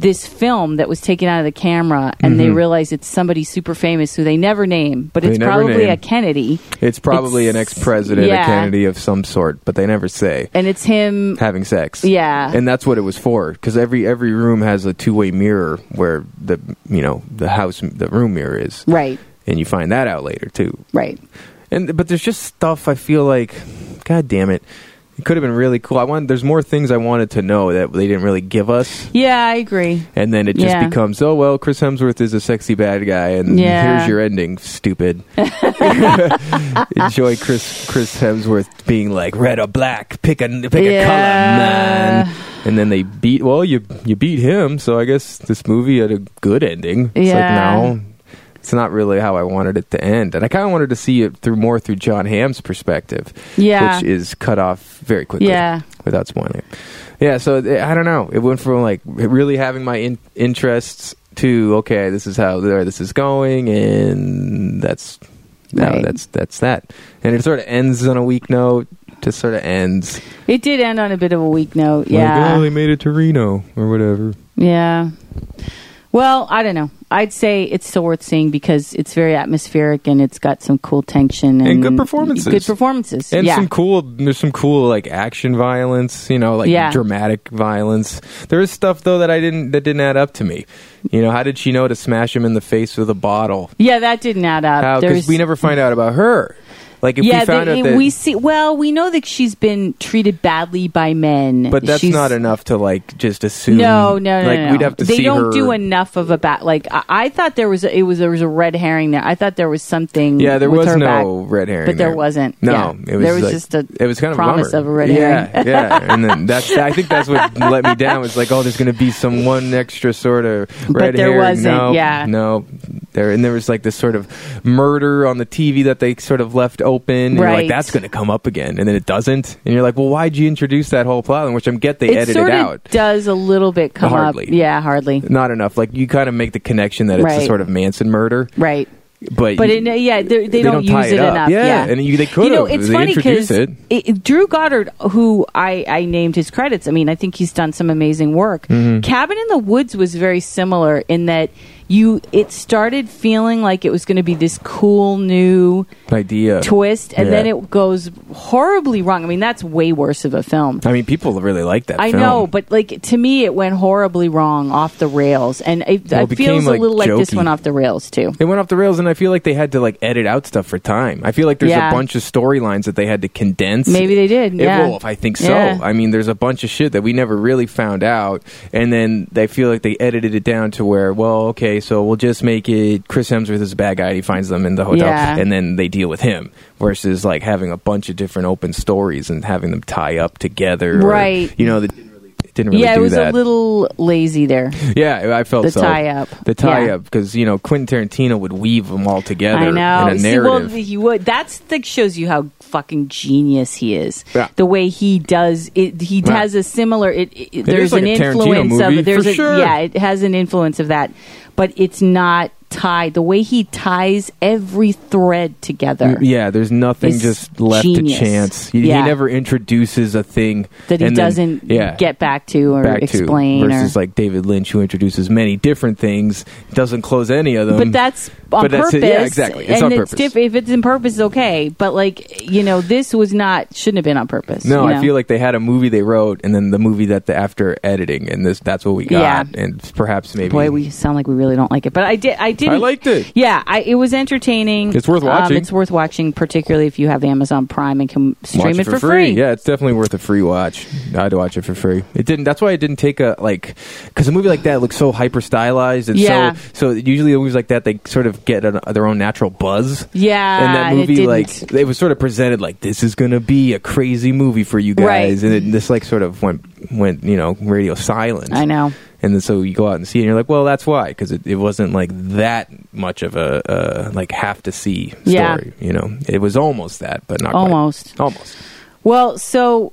this film that was taken out of the camera, and they realize it's somebody super famous who they never name, but
Mm-hmm. They
it's
never
probably
name.
a Kennedy,
It's probably an
It's-
ex-president
yeah.
or Kennedy of some sort, but they never say
and it's him
having sex.
Yeah.
And that's what it was for cuz every every room has a two-way mirror where the you know, the house the room mirror is.
Right,
And you find that out later too.
right.
And but there's just stuff I feel like god damn it. It could have been really cool. I want there's more things I wanted to know that they didn't really give us,
Yeah, I agree.
and then it just
Yeah.
becomes oh well, Chris Hemsworth is a sexy bad guy, and
Yeah.
here's your ending, stupid. Enjoy Chris Chris Hemsworth being like red or black, pick a pick a color,
Yeah.
man. And then they beat well, you you beat him, so I guess this movie had a good ending. It's
Yeah.
like no. It's not really how I wanted it to end, and I kind of wanted to see it through more through John Hamm's perspective
Yeah.
which is cut off very quickly.
Yeah.
Without spoiling it. Yeah, so th- I don't know. It went from like really having my in- interests to okay, this is how where this is going, and that's now
Right.
that's that's that. And it sort of ends on a weak note. Just sort of ends.
It did end on a bit of a weak note.
Like,
Yeah.
oh, they made it to Reno or whatever.
Yeah. Well, I don't know. I'd say it's still worth seeing because it's very atmospheric and it's got some cool tension and,
And good performances.
Good performances.
And
yeah.
some cool, there's some cool like action violence, you know, like
Yeah.
dramatic violence. There is stuff though that I didn't that didn't add up to me. You know, how did she know to smash him in the face with a bottle?
yeah, that didn't add
Because
up. There's-
we never find out about her. Like if
yeah,
we found
they-
out that,
we see. Well, we know that she's been treated badly by men,
but that's
She's-
not enough to like just assume.
No, no, no,
Like
no.
we'd have to
they
see
don't
her.
do enough of a bat. Like I, I thought there was. A, it was there was a red herring there. I thought there was something.
Yeah, there
with
was
her
no
back.
red herring,
but there wasn't.
No,
Yeah.
it was
There was
like-
just a
It was kind of a
promise
bummer.
of a red
yeah,
herring.
yeah, and then that's I think that's what let me down. It's like oh, there's going to be some one extra sort of
But
red
there
herring.
wasn't,
No,
yeah.
no, there and there was like this sort of murder on the TV that they sort of left open. And you're
Right.
like that's going to come up again, and then it doesn't, and you're like, well, why'd you introduce that whole plot? line? Which I'm get they
it
edited
sort
out.
of does a little bit come up.
Hardly.
Yeah, hardly.
not enough. Like you kind of make the connection that it's
Right.
a sort of Manson murder,
Right.
but
But
you-
it, yeah, they, they, don't,
tie
use it,
up.
enough. Yeah,
and you, they could
you know,
have.
it's
they
funny
introduced
because
it.
Drew Goddard, who I, I named his credits. I mean, I think he's done some amazing work.
Mm-hmm.
Cabin in the Woods was very similar in that you it started feeling like it was going to be this cool new
idea.
twist, and
Yeah.
then it goes horribly wrong. I mean, that's way worse of a film.
I mean, people really like that.
I
film.
know, but like to me, it went horribly wrong, off the rails, and it,
Well, it
it feels
became,
a
like,
little like this
jokey.
one off the rails too.
It went off the rails, and I feel like they had to like edit out stuff for time. I feel like there's
Yeah.
a bunch of storylines that they had to condense.
Maybe they did,
It-
yeah.
well, I think so.
Yeah.
I mean, there's a bunch of shit that we never really found out, and then they feel like they edited it down to where, well, okay, so we'll just make it Chris Hemsworth is a bad guy. He finds them in the hotel,
Yeah.
and then they deal with him. Versus like having a bunch of different open stories and having them tie up together, or,
Right.
you know, that didn't really, it didn't really
yeah,
do
it was
that.
a little lazy there.
Yeah, I felt
The
so.
tie-up.
The tie
Yeah.
up, because you know Quentin Tarantino would weave them all together
I know.
in a
See, well,
narrative.
he would. That's that shows you how fucking genius he is.
Yeah.
The way he does it, he
Yeah.
has a similar. It, it- there's
is like
an
a Tarantino
influence
movie,
of. There's
for
a,
sure.
Yeah, it has an influence of that, but it's not tied. The way he ties every thread together.
Mm, yeah, there's nothing
It's
just left
genius.
to chance. He, he
Yeah.
never introduces a thing
That he
and then-
doesn't
yeah,
get back to or
back
explain,
to
or
versus like David Lynch, who introduces many different things, doesn't close any of them.
but that's on
mm. but that's
purpose.
it. Yeah, exactly. It's
and
on
it's
purpose.
diff- if it's in purpose, it's okay. But like you know, this was not shouldn't have been on purpose.
no,
you
I
know?
feel like they had a movie they wrote, and then the movie that the after editing, and this that's what we
Yeah.
got, and perhaps maybe
Boy, we sound like we really don't like it, but I did. I did.
I liked it.
Yeah, I, it was entertaining. Um,
It's worth watching.
it's worth watching, particularly if you have Amazon Prime and can stream
watch
it, for, free.
Yeah, it's definitely worth a free watch. I'd watch it for free. It didn't. That's why it didn't take a like because a movie like that looks so hyper stylized and
Yeah.
so so usually movies like that they sort of get an, their own natural buzz.
Yeah,
and that
it
movie
didn't.
like it was sort of presented like this is gonna be a crazy movie for you guys,
Right.
and it, this like sort of went went you know radio silent.
I know.
And then so you go out and see it, and you're like, well, that's why, because it, it wasn't like that much of a uh, like have to see story.
Yeah.
You know, it was almost that, but not quite.
Almost.
almost.
Well, so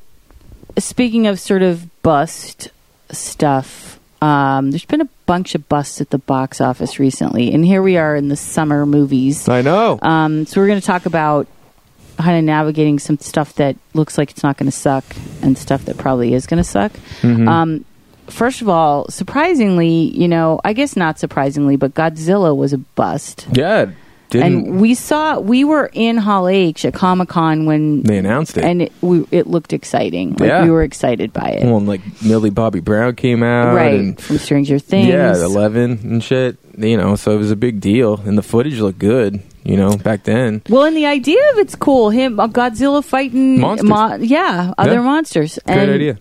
speaking of sort of bust stuff, um, there's been a bunch of busts at the box office recently, and here we are in the summer movies.
I know.
Um, so we're going to talk about kind of navigating some stuff that looks like it's not going to suck and stuff that probably is going to suck.
Mm-hmm.
Um, first of all, surprisingly, you know, I guess not surprisingly, but Godzilla was a bust.
yeah, it didn't
And we saw we were in Hall H at Comic Con when
they announced it?
and it, we, it looked exciting. Like
Yeah.
we were excited by it,
well, and, like Millie Bobby Brown came out,
right?
And,
From Stranger Things,
yeah, Eleven and shit. You know, so it was a big deal, and the footage looked good. you know, back then.
Well, and the idea of it's cool. Him, uh, Godzilla fighting
Monsters.
yeah, other
Yeah.
monsters.
Great
and,
idea.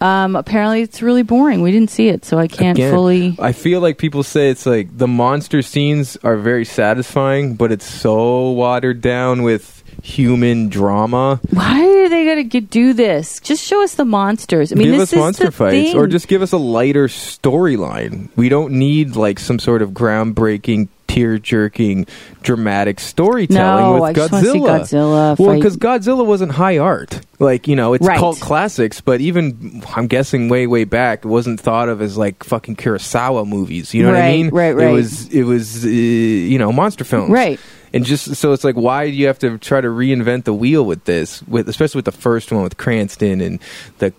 Um, apparently, it's really boring. We didn't see it, so I can't
Again,
fully.
I feel like people say it's like the monster scenes are very satisfying, but it's so watered down with human drama.
Why are they going to do this? Just show us the monsters. I mean,
give
this
us
is
monster
the
fights,
thing.
or just give us a lighter storyline. We don't need like some sort of groundbreaking, tear-jerking, dramatic storytelling
No,
with
I just wanna see
Godzilla.
Godzilla
well,
fight.
because Godzilla wasn't high art. Like you know, it's
Right.
cult classics, but even I'm guessing way way back, it wasn't thought of as like fucking Kurosawa movies. You know what I
Right,
mean?
right, right.
It was it was uh, you know monster films.
Right.
And just so it's like, why do you have to try to reinvent the wheel with this? With especially with the first one with Cranston and the,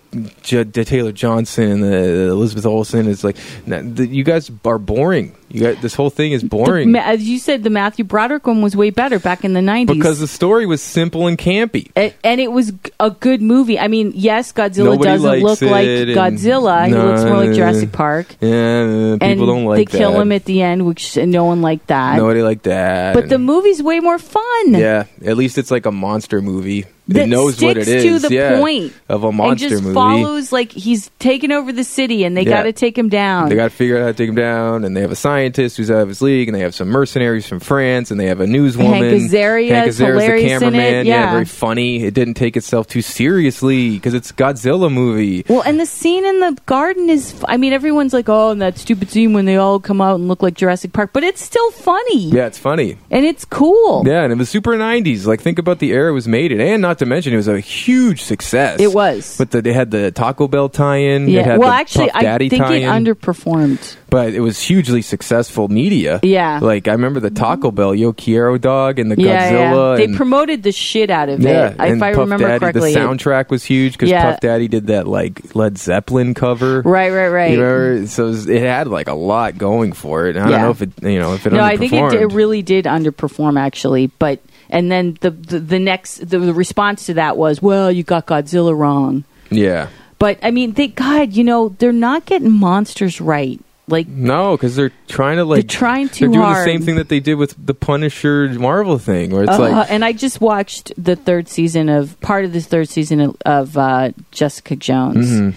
J- the Taylor Johnson and the Elizabeth Olsen. It's like n- the, you guys are boring. You got this whole thing is
The
boring
ma- as you said, the Matthew Broderick one was way better back in the nineties
because the story was simple and campy.
A- and it was g- a good movie. I mean, yes, Godzilla
Nobody
doesn't
likes
look
it
like
and-
Godzilla. he looks more like
Nah.
Jurassic Park.
Yeah, people
and
don't like
they kill
that.
him at the end, which and no one liked that.
Nobody like that.
but the movie's way more fun.
yeah, at least it's like a monster movie.
That
it knows what it
sticks
is.
to the
yeah,
point
of a
And
monster
just
movie.
follows like he's taking over the city, and they
Yeah.
got to take him down.
They got to figure out how to take him down, and they have a scientist who's out of his league, and they have some mercenaries from France, and they have a newswoman.
Hank Azaria
Hank
is
Azaria's the
hilarious in it,
cameraman.
yeah.
very funny. It didn't take itself too seriously because it's a Godzilla movie.
Well, and the scene in the garden is, f- I mean, everyone's like, oh, and that stupid scene when they all come out and look like Jurassic Park, but it's still funny.
Yeah, it's funny.
And it's cool.
Yeah, and it was super '90s. Like, think about the era it was made in, and not to mention it was a huge success.
It was.
But the, they had the Taco Bell tie-in. It
yeah.
had
Well,
the
actually,
Puff Daddy
I think
tie-in.
it underperformed.
but it was hugely successful media.
Yeah.
like I remember the Taco Bell Yo Quiero Dog and the
yeah, yeah.
Godzilla.
They
and-
promoted the shit out of
Yeah,
it, if
and
I
Puff
remember
Daddy,
correctly.
The soundtrack was huge because
Yeah.
Puff Daddy did that like Led Zeppelin cover.
Right, right, right.
You remember? So it, was- it had like a lot going for it. And I
Yeah.
don't know if it, you know, if it
no, I think it,
underperformed.
d- it really did underperform, actually. But and then the the, the next the, the response to that was, well, you got Godzilla wrong.
yeah.
But I mean, thank God, you know, they're not getting monsters right. Like
No, because they're trying to like
They're trying too
They're doing
hard.
the same thing that they did with the Punisher Marvel thing, where it's
Uh,
like
and I just watched the third season of part of the third season of, of uh, Jessica Jones. And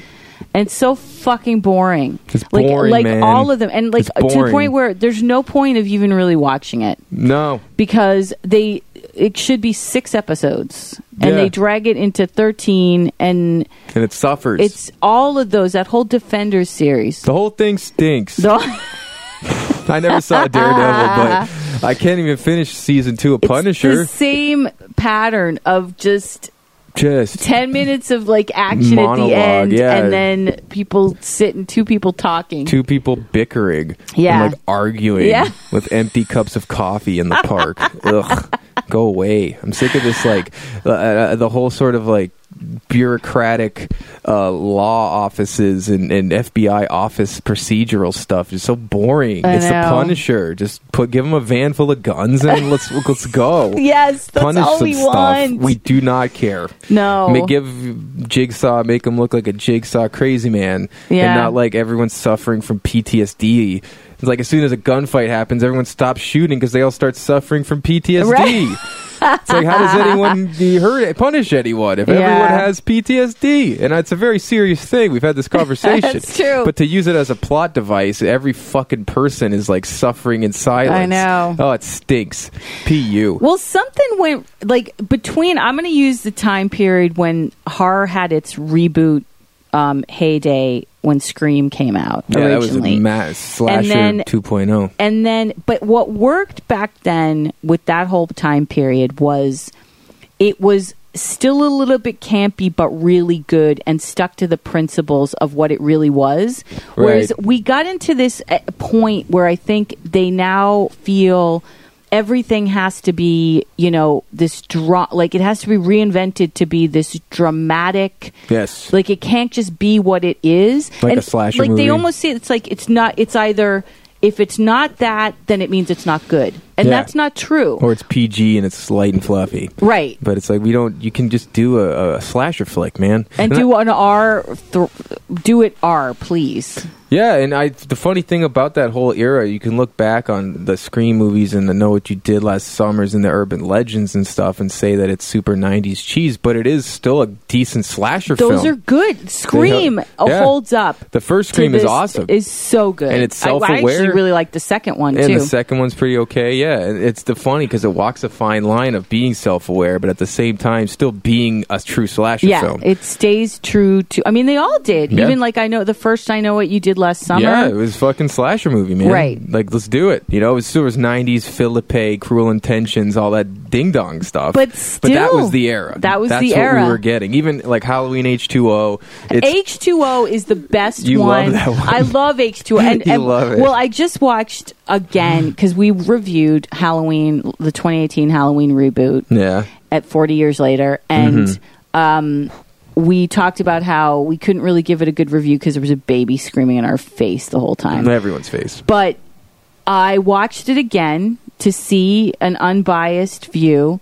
it's so fucking boring.
Mm-hmm. It's
like
boring,
like
man.
all of them and like
It's
to the
boring.
point where there's no point of even really watching it
no,
because they it should be 6 episodes and
Yeah.
they drag it into 13 and
and it suffers.
it's all of those that whole Defenders series.
the whole thing stinks.
The-
I never saw Daredevil, but I can't even finish season two of
it's
Punisher.
the same pattern of just
Just
10 minutes of like action at
Monologue,
the end
yeah.
and then people sitting two people talking
two people bickering
Yeah.
and like arguing
Yeah.
with empty cups of coffee in the park. Ugh, go away. I'm sick of this like uh, uh, the whole sort of like bureaucratic uh, law offices and, and FBI office procedural stuff. It's so boring.
I
it's
know.
the Punisher. Just put give him a van full of guns and let's let's go.
yes that's
Punish
all
some
we
stuff.
want
We do not care.
no
Ma- give Jigsaw, make him look like a Jigsaw crazy man,
Yeah.
and not like everyone's suffering from PTSD. It's like as soon as a gunfight happens, everyone stops shooting because they all start suffering from PTSD. it's like how does anyone be hurt, punish anyone if everyone
Yeah.
has PTSD? And it's a very serious thing. We've had this conversation.
That's true.
But to use it as a plot device, every fucking person is like suffering in silence.
I know.
Oh, it stinks. Pu.
well something went like between i'm going to use the time period when horror had its reboot um, heyday when scream came out
yeah, that was a
originally
mass
And
slasher oh.
then-
2.0.
and then but what worked back then with that whole time period was it was still a little bit campy but really good and stuck to the principles of what it really was whereas
Right.
we got into this uh, point where i think they now feel everything has to be you know this draw like it has to be reinvented to be this dramatic
Yes.
like it can't just be what it is.
Like a slasher
Like they
movie.
almost see it's like it's not. It's either if it's not that, then it means it's not good, and
Yeah.
that's not true.
or it's PG and it's light and fluffy.
right.
But it's like we don't. You can just do a, a slasher flick, man.
And
I-
do an R, th- do it R, please.
Yeah, and I the funny thing about that whole era, you can look back on the Scream movies and the Know What You Did Last Summers and the Urban Legends and stuff and say that it's super 90s cheese, but it is still a decent slasher film.
Those are good. Scream
They ho- yeah.
holds up.
The first
to
Scream is
this-
awesome.
Is so good,
And it's
I- I, actually
self-aware.
really like the second one
and
too.
the second one's pretty okay. Yeah, And it's the funny because it walks a fine line of being self-aware, but at the same time still being a true slasher
yeah,
film.
it stays true to. I mean, they all did.
Yeah.
Even like I know the first I know what you did last summer.
Yeah, it was a fucking slasher movie, man.
Right.
Like, let's do it. You know, it was, it was 90s, Philippe, Cruel Intentions, all that ding dong stuff.
But
but that
still,
was the era.
that was
That's
the
what
era.
we were getting. Even like Halloween H2O. It's,
H two O is the best
You love
one.
that one.
I love H two O. And,
You
and-
love it. Mm.
Well, I just watched again because we reviewed Halloween, the 2018 Halloween reboot
yeah.
at 40 years later, and
Mm-hmm.
um, we talked about how we couldn't really give it a good review because there was a baby screaming in our face the whole time.
In everyone's face.
But I watched it again to see an unbiased view.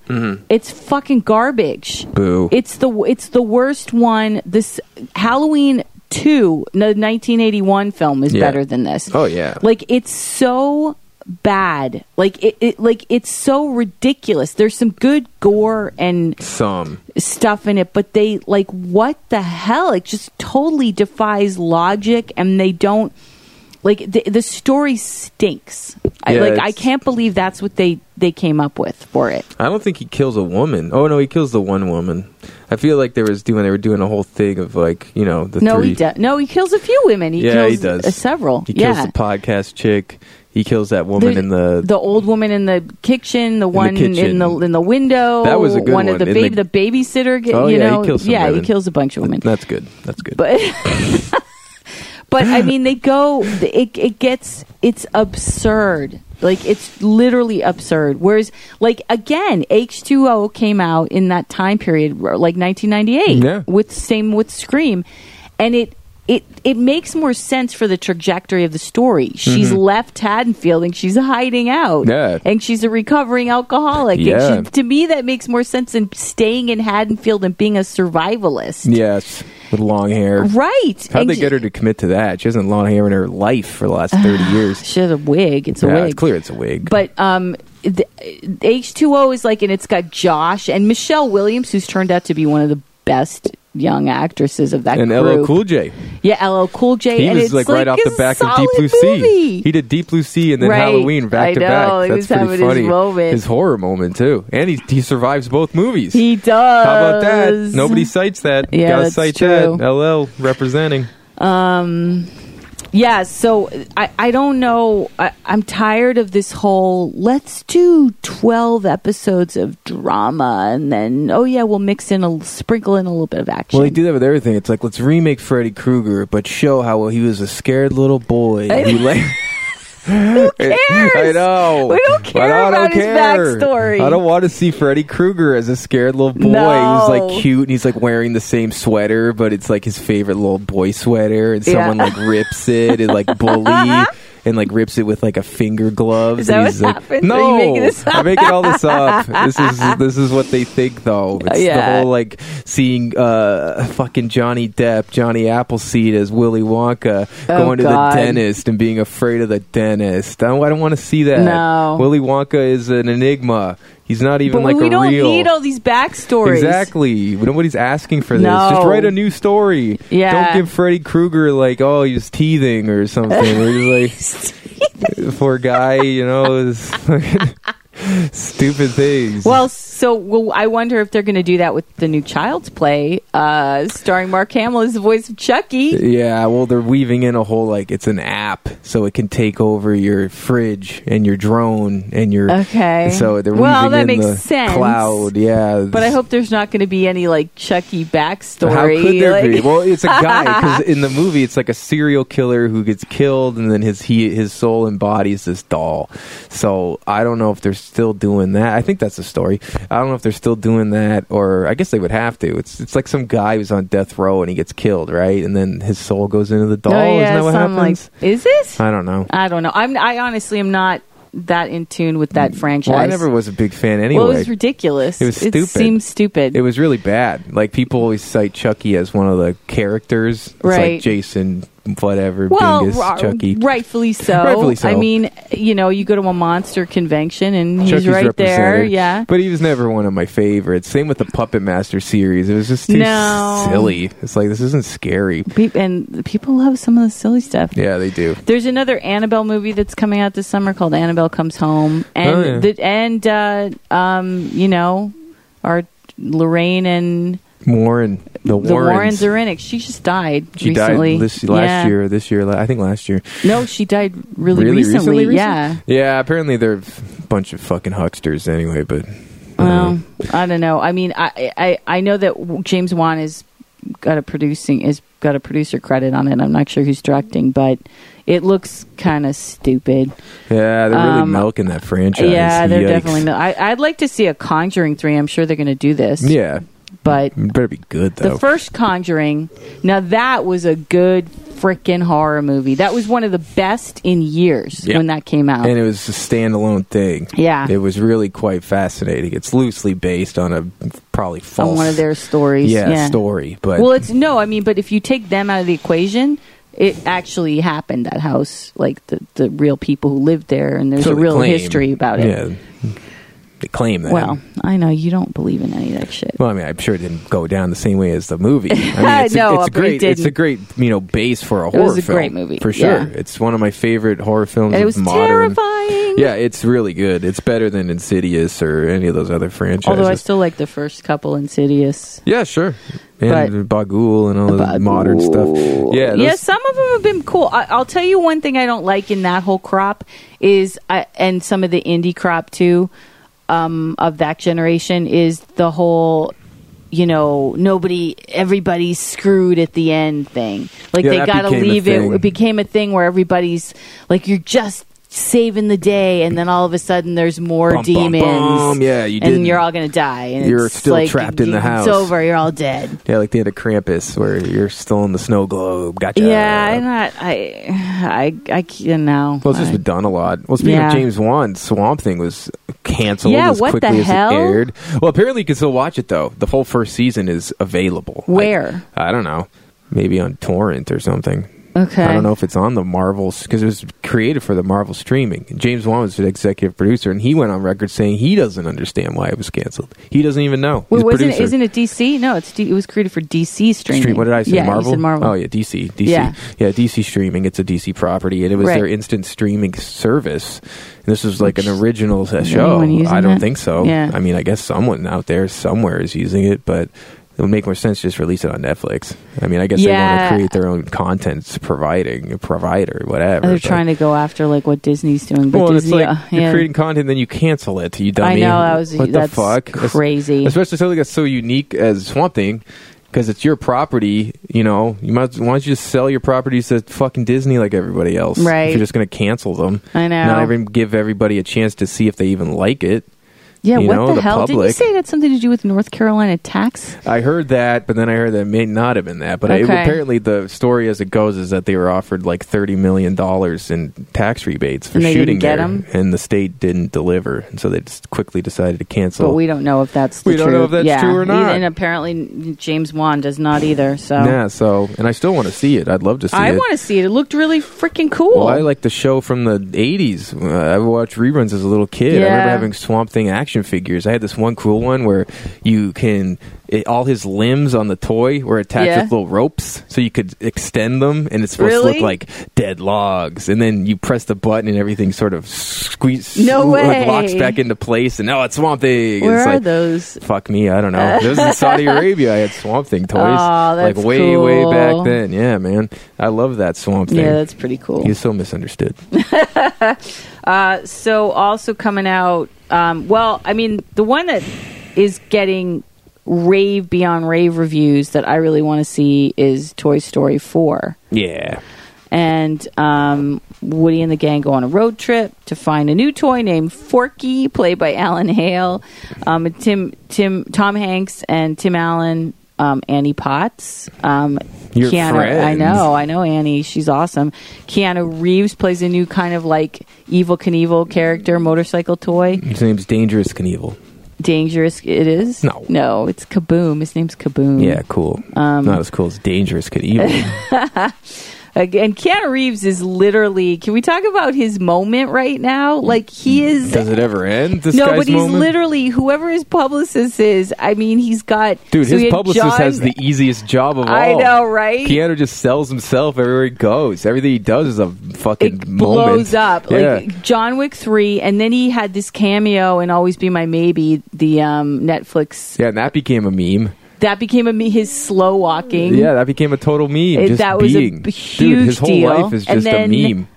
It's fucking garbage.
Mm-hmm. Boo.
It's the it's the worst one. This Halloween two, no, 1981 film is
Yeah.
better than this.
Oh, yeah.
like it's so bad. Like it, it like it's so ridiculous. There's some good gore and
Some.
stuff in it, but they like what the hell? It just totally defies logic, and they don't like the, the story stinks. I,
Yeah,
like
it's-
I can't believe that's what they they came up with for it.
I don't think he kills a woman. Oh, no, he kills the one woman. I feel like there was doing, they were doing a whole thing of like, you know, the
No,
three.
he does. No, he kills a few women. He
Yeah,
kills
he does.
uh, several.
He
yeah.
kills the podcast chick. He kills that woman
There's-
in the
the old woman in the kitchen, the one in
kitchen.
the in the window.
That was a good
one. of
one.
the
In
baby,
the-
the, babysitter. get-
Oh,
you
yeah, he
know,
kills some
yeah, he
women.
kills a bunch of women.
That's good. That's good.
but but I mean, they go. It it gets it's absurd. Like it's literally absurd. Whereas, like again, H two O came out in that time period, r- like nineteen ninety eight,
Yeah.
with same with Scream, and it. It, it makes more sense for the trajectory of the story. She's left Haddonfield and she's hiding out.
Mm-hmm. Yeah.
And she's a recovering alcoholic. And
Yeah.
she- to me, that makes more sense than staying in Haddonfield and being a survivalist.
yes, with long hair.
Right.
How'd
And
they
she-
get her to commit to that? She hasn't long hair in her life for the last 30 years.
She has a wig. It's a
yeah,
wig.
it's clear it's a wig.
But um, the, H2O is like, and it's got Josh and Michelle Williams, who's turned out to be one of the best young actresses of that
and
group.
LL Cool J.
yeah, LL Cool J.
He
and
was
it's
like right off the
a
back of Deep
solid
Blue
movie.
Sea. He did Deep Blue Sea and then
Right.
Halloween back
I
to
know,
back.
he
That's
was
pretty
having his
funny.
moment.
His horror moment too, and he he survives both movies.
He does.
How about that? Nobody cites that.
Yeah,
Gotta
that's
cite
true.
that. LL representing.
Yeah, so I, I don't know. I, I'm tired of this whole let's do 12 episodes of drama and then, oh yeah, we'll mix in a sprinkle in a little bit of action.
Well, they do that with everything. It's like let's remake Freddy Krueger, but show how he was a scared little boy.
I-
He like- I know.
We
But
don't care
I don't
about his
care.
backstory.
I don't want to see Freddy Krueger as a scared little boy
No.
who's like cute and he's like wearing the same sweater, but it's like his favorite little boy sweater, and
Yeah. Uh-huh.
someone like rips it and like bully. And like rips it with like a finger glove.
Is that
and
what
he's like,
happens? Are you
No,
making this
I'm making all this up. This is this is what they think though. It's
Yeah.
the whole like seeing uh fucking Johnny Depp, Johnny Appleseed as Willy Wonka
Oh,
going
God.
to the dentist and being afraid of the dentist. I don't, I don't want to see that.
No.
Willy Wonka is an enigma. He's not even
but
like
we
a
don't
real.
need all these backstories.
Exactly. Nobody's asking for this.
No.
Just write a new story.
Yeah.
Don't give Freddy Krueger like, oh, he was teething or something. or just like, poor guy, you know, is stupid things.
Well, so well, I wonder if they're going to do that with the new Child's Play, uh, starring Mark Hamill as the voice of Chucky.
Yeah, well, they're weaving in a whole like it's an app, so it can take over your fridge and your drone and your.
Okay.
So they're weaving
Well, that
in
makes
the
sense.
cloud. Yeah,
But I hope there's not going to be any like Chucky backstory.
How could there
Like-
be? Well, it's a guy because in the movie it's like a serial killer who gets killed, and then his he his soul embodies this doll. So I don't know if they're still doing that. I think that's the story. I don't know if they're still doing that, or I guess they would have to. It's it's like some guy who's on death row and he gets killed, right? And then his soul goes into the doll.
Oh,
Isn't
yeah,
that what
something like-
happens?
is it?
I don't know.
I don't know. I'm. I honestly am not that in tune with that franchise.
Well, I never was a big fan anyway.
Well, it was ridiculous.
It was stupid.
seems stupid.
It was really bad. Like people always cite Chucky as one of the characters. It's
Right.
like Jason, whatever
Well,
dingus
ra-
Chucky.
rightfully so.
Rightfully so.
I mean, you know, you go to a monster convention and he's
Chucky's
right there.
represented,
Yeah.
but he was never one of my favorites. Same with the Puppet Master series; it was just too
No.
silly. It's like this isn't scary.
Pe- and the people love some of the silly stuff.
Yeah, they do.
There's another Annabelle movie that's coming out this summer called Annabelle Comes Home, and
Oh, yeah.
the, and uh, um, you know, our Lorraine and
Warren, the,
the Warrens are in it. She just died
She
recently.
died this last
Yeah.
year, this year, la- I think last year.
No, she died really, recently.
recent?
Yeah.
yeah. Apparently, they're a bunch of fucking hucksters anyway. But
Well, I don't know. I mean, I, I I know that James Wan is got a producing is got a producer credit on it. I'm not sure who's directing, but it looks kind of stupid.
yeah, they're really
Um,
milking that franchise.
yeah, they're
Yikes.
definitely. No, I, I'd like to see a Conjuring three. I'm sure they're going to do this.
Yeah,
but
it better be good though.
the first Conjuring. Now that was a good freaking horror movie. That was one of the best in years
Yeah.
when that came out.
and it was a standalone thing.
Yeah.
it was really quite fascinating. It's loosely based on a probably false
on one of their stories.
yeah, story, but
Well, it's no. I mean, but if you take them out of the equation, it actually happened. That house, like the the real people who lived there, and there's
so
a
they
real
claim.
history about it.
Yeah, they claim that.
Well, I know you don't believe in any of that shit.
Well, I mean, I'm sure it didn't go down the same way as the movie. I mean, it's,
No,
a, it's a
but it
great, it's a
didn't.
great, you know, base for a
was
horror
a
film,
great movie,
for sure.
yeah.
It's one of my favorite horror films.
and it
of
was
modern.
terrifying.
Yeah, it's really good. It's better than Insidious or any of those other franchises.
Although I still like the first couple Insidious.
yeah, sure. And Bagul and all the
But-
modern stuff. Yeah, those-
yeah. Some of them have been cool. I, I'll tell you one thing I don't like in that whole crop is, I, and some of the indie crop too, um, of that generation is the whole, you know, nobody, everybody's screwed at the end thing. Like
Yeah,
they
that
got to
became a
leave it.
thing.
It became a thing where everybody's like, you're just saving the day, and then all of a sudden there's more
Bum, bum,
demons.
bum. Yeah, you didn't.
and you're all gonna die. And
You're
it's
still
like,
trapped in the house.
It's over. You're all dead.
yeah, like the end of Krampus, where you're still in the snow globe. Gotcha.
Yeah, I'm not. I, I, I can't know.
Well, it's just
I-
been done a lot. Well, speaking
Yeah.
of James Wan, Swamp Thing was canceled
Yeah,
as
what the
quickly as
hell?
it aired. Well, apparently you can still watch it though. The whole first season is available.
Where?
I, I don't know. Maybe on torrent or something.
okay.
I don't know if it's on the Marvel because it was created for the Marvel streaming. James Wan was the executive producer, and he went on record saying he doesn't understand why it was canceled. He doesn't even know. He's
Wait,
a
wasn't it,
producer.
isn't it DC? No, it's D, it was created for DC streaming.
Stream, what did I say?
Yeah, you
Marvel?
said Marvel.
Oh yeah, DC. DC.
Yeah.
Yeah. DC streaming. It's a DC property, and it was
Right.
their instant streaming service. And this was like an original uh, show.
anyone using
I don't
that?
think so.
Yeah.
I mean, I guess someone out there somewhere is using it, but it would make more sense to just release it on Netflix. I mean, I guess
Yeah.
they want to create their own content providing provider, whatever.
They're
but-
trying to go after like what Disney's doing, but
well, and it's
Disney.
like
uh,
you're
yeah.
creating content, then you cancel it. You dummy.
I know that was
what
that's
the fuck? That's-
crazy.
especially something that's so unique as Swamp Thing, because it's your property. You know, you might why don't you just sell your properties to fucking Disney like everybody else?
Right.
If you're just gonna cancel them,
I know.
Not even give everybody a chance to see if they even like it.
yeah,
you
what
know,
the,
the
hell? Did you
public.
say it had something to do with North Carolina tax?
I heard that, but then I heard that it may not have been that. But I,
Okay.
apparently, the story as it goes is that they were offered like thirty million dollars in tax rebates for
And they
shooting
didn't get
there,
'em?
and the state didn't deliver, and so they just quickly decided to cancel.
but we don't know if that's the
We don't know
truth.
if that's
Yeah.
true or not.
And apparently James Wan does not either. So
Yeah, so and I still want to see it. I'd love to see
I
it.
want to see it. It looked really freaking cool.
Well, I like the show from the '80s. Uh, I watched reruns as a little kid. I
Yeah.
remember having Swamp Thing action figures. I had this one cool one where you can it, all his limbs on the toy were attached
Yeah.
with little ropes, so you could extend them, and it's supposed to
Really?
look like dead logs. And then you press the button, and everything sort of squeeze,
No way.
like, locks back into place. And oh, it's Swamp Thing.
Where
it's
are
like,
those?
Fuck me, I don't know. It was in Saudi Arabia. I had Swamp Thing toys,
Aw, that's
like way,
cool.
way back then. Yeah, man, I love that Swamp Thing.
Yeah, that's pretty cool.
He's so misunderstood.
so also coming out um, well i mean the one that is getting rave beyond rave reviews that i really want to see is toy story 4
yeah,
and um, woody and the gang go on a road trip to find a new toy named forky played by alan hale um, and tim tim tom hanks and tim allen um, Annie Potts, um,
Your
Keanu.
friends.
I know, I know Annie. She's awesome. Keanu Reeves plays a new kind of like evil Knievel character, motorcycle toy.
his name's Dangerous Knievel.
Dangerous it is.
No.
no, it's Kaboom. His name's Kaboom.
Yeah, cool. Not as cool as Dangerous Knievel.
Again, Keanu Reeves is literally. Can we talk about his moment right now? Like he is.
Does it ever end? This
No,
guy's
but he's
moment?
literally whoever his publicist is. I mean, he's got
Dude,
so
his
we had
publicist
John-
has the easiest job of all.
I know, right?
Keanu just sells himself everywhere he goes. Everything he does is a fucking
it
moment.
blows up
Yeah.
like John Wick three, and then he had this cameo and Always Be My Maybe, the um, Netflix
yeah, and that became a meme.
that became a me his slow walking.
Yeah, that became a total meme.
It-
just
that was a
being.
b-
Dude,
huge
his whole
deal.
life is
And
just
then-
a meme.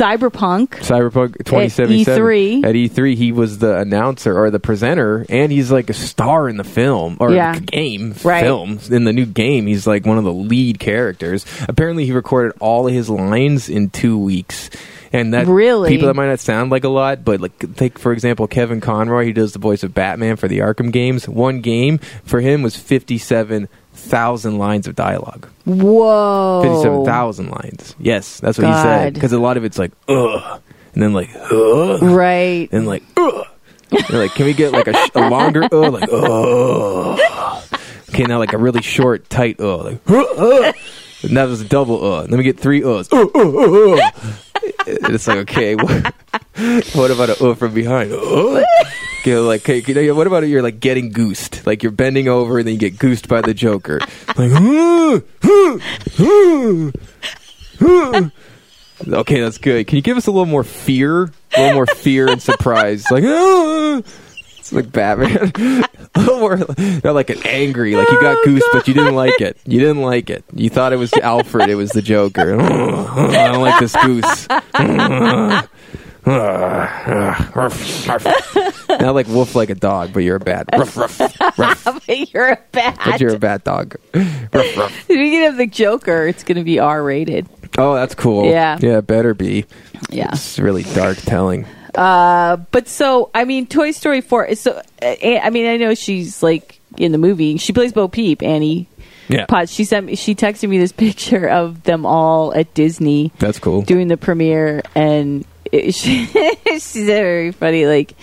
Cyberpunk. E
Cyberpunk 2077.
E3.
At E3, he was the announcer or the presenter, and he's like a star in the film or
Yeah.
game
Right.
film. In the new game, he's like one of the lead characters. Apparently, he recorded all of his lines in two weeks. And that
Really?
people that might not sound like a lot, but like take for example Kevin Conroy, he does the voice of Batman for the Arkham games. One game for him was fifty-seven thousand lines of dialogue.
Whoa.
Fifty-seven thousand lines. Yes, that's what he said.
God.
Because a lot of it's like ugh, and then like ugh,
Right.
and like ugh. They're like, can we get like a, sh- a longer uh, like uh? Okay, now like a really short, tight uh, like uh, uh. And that was a double uh. Let me get three uhs. Uh, uh, uh, uh. And it's like okay, what, what about a uh from behind? Uh? Okay, like okay, you know, what about you're like getting goosed? Like you're bending over and then you get goosed by the Joker. Like uh, uh, uh, uh. Okay, that's good. Can you give us a little more fear? A little more fear and surprise. Like, "Ah!" it's like Batman. a little more, not like an angry, like you
Oh,
got goose, but you didn't like it. You didn't like it. You thought it was Alfred, it was the Joker. "Ah, I don't like this goose. Not like wolf like a dog, but you're a bat. Ruff, ruff, ruff.
You're a
But
bat.
you're a bat dog. Ruff, ruff.
Speaking of the Joker, it's going to be R rated.
Oh, that's cool.
Yeah.
Yeah, it better be.
Yeah.
It's really dark telling.
Uh, But so, I mean, Toy Story 4 is so. uh, I mean, I know she's like in the movie. She plays Bo Peep, Annie
Yeah.
Potts. She sent me, she texted me this picture of them all at Disney
That's cool.
doing the premiere, and it, she, she's very funny. Like,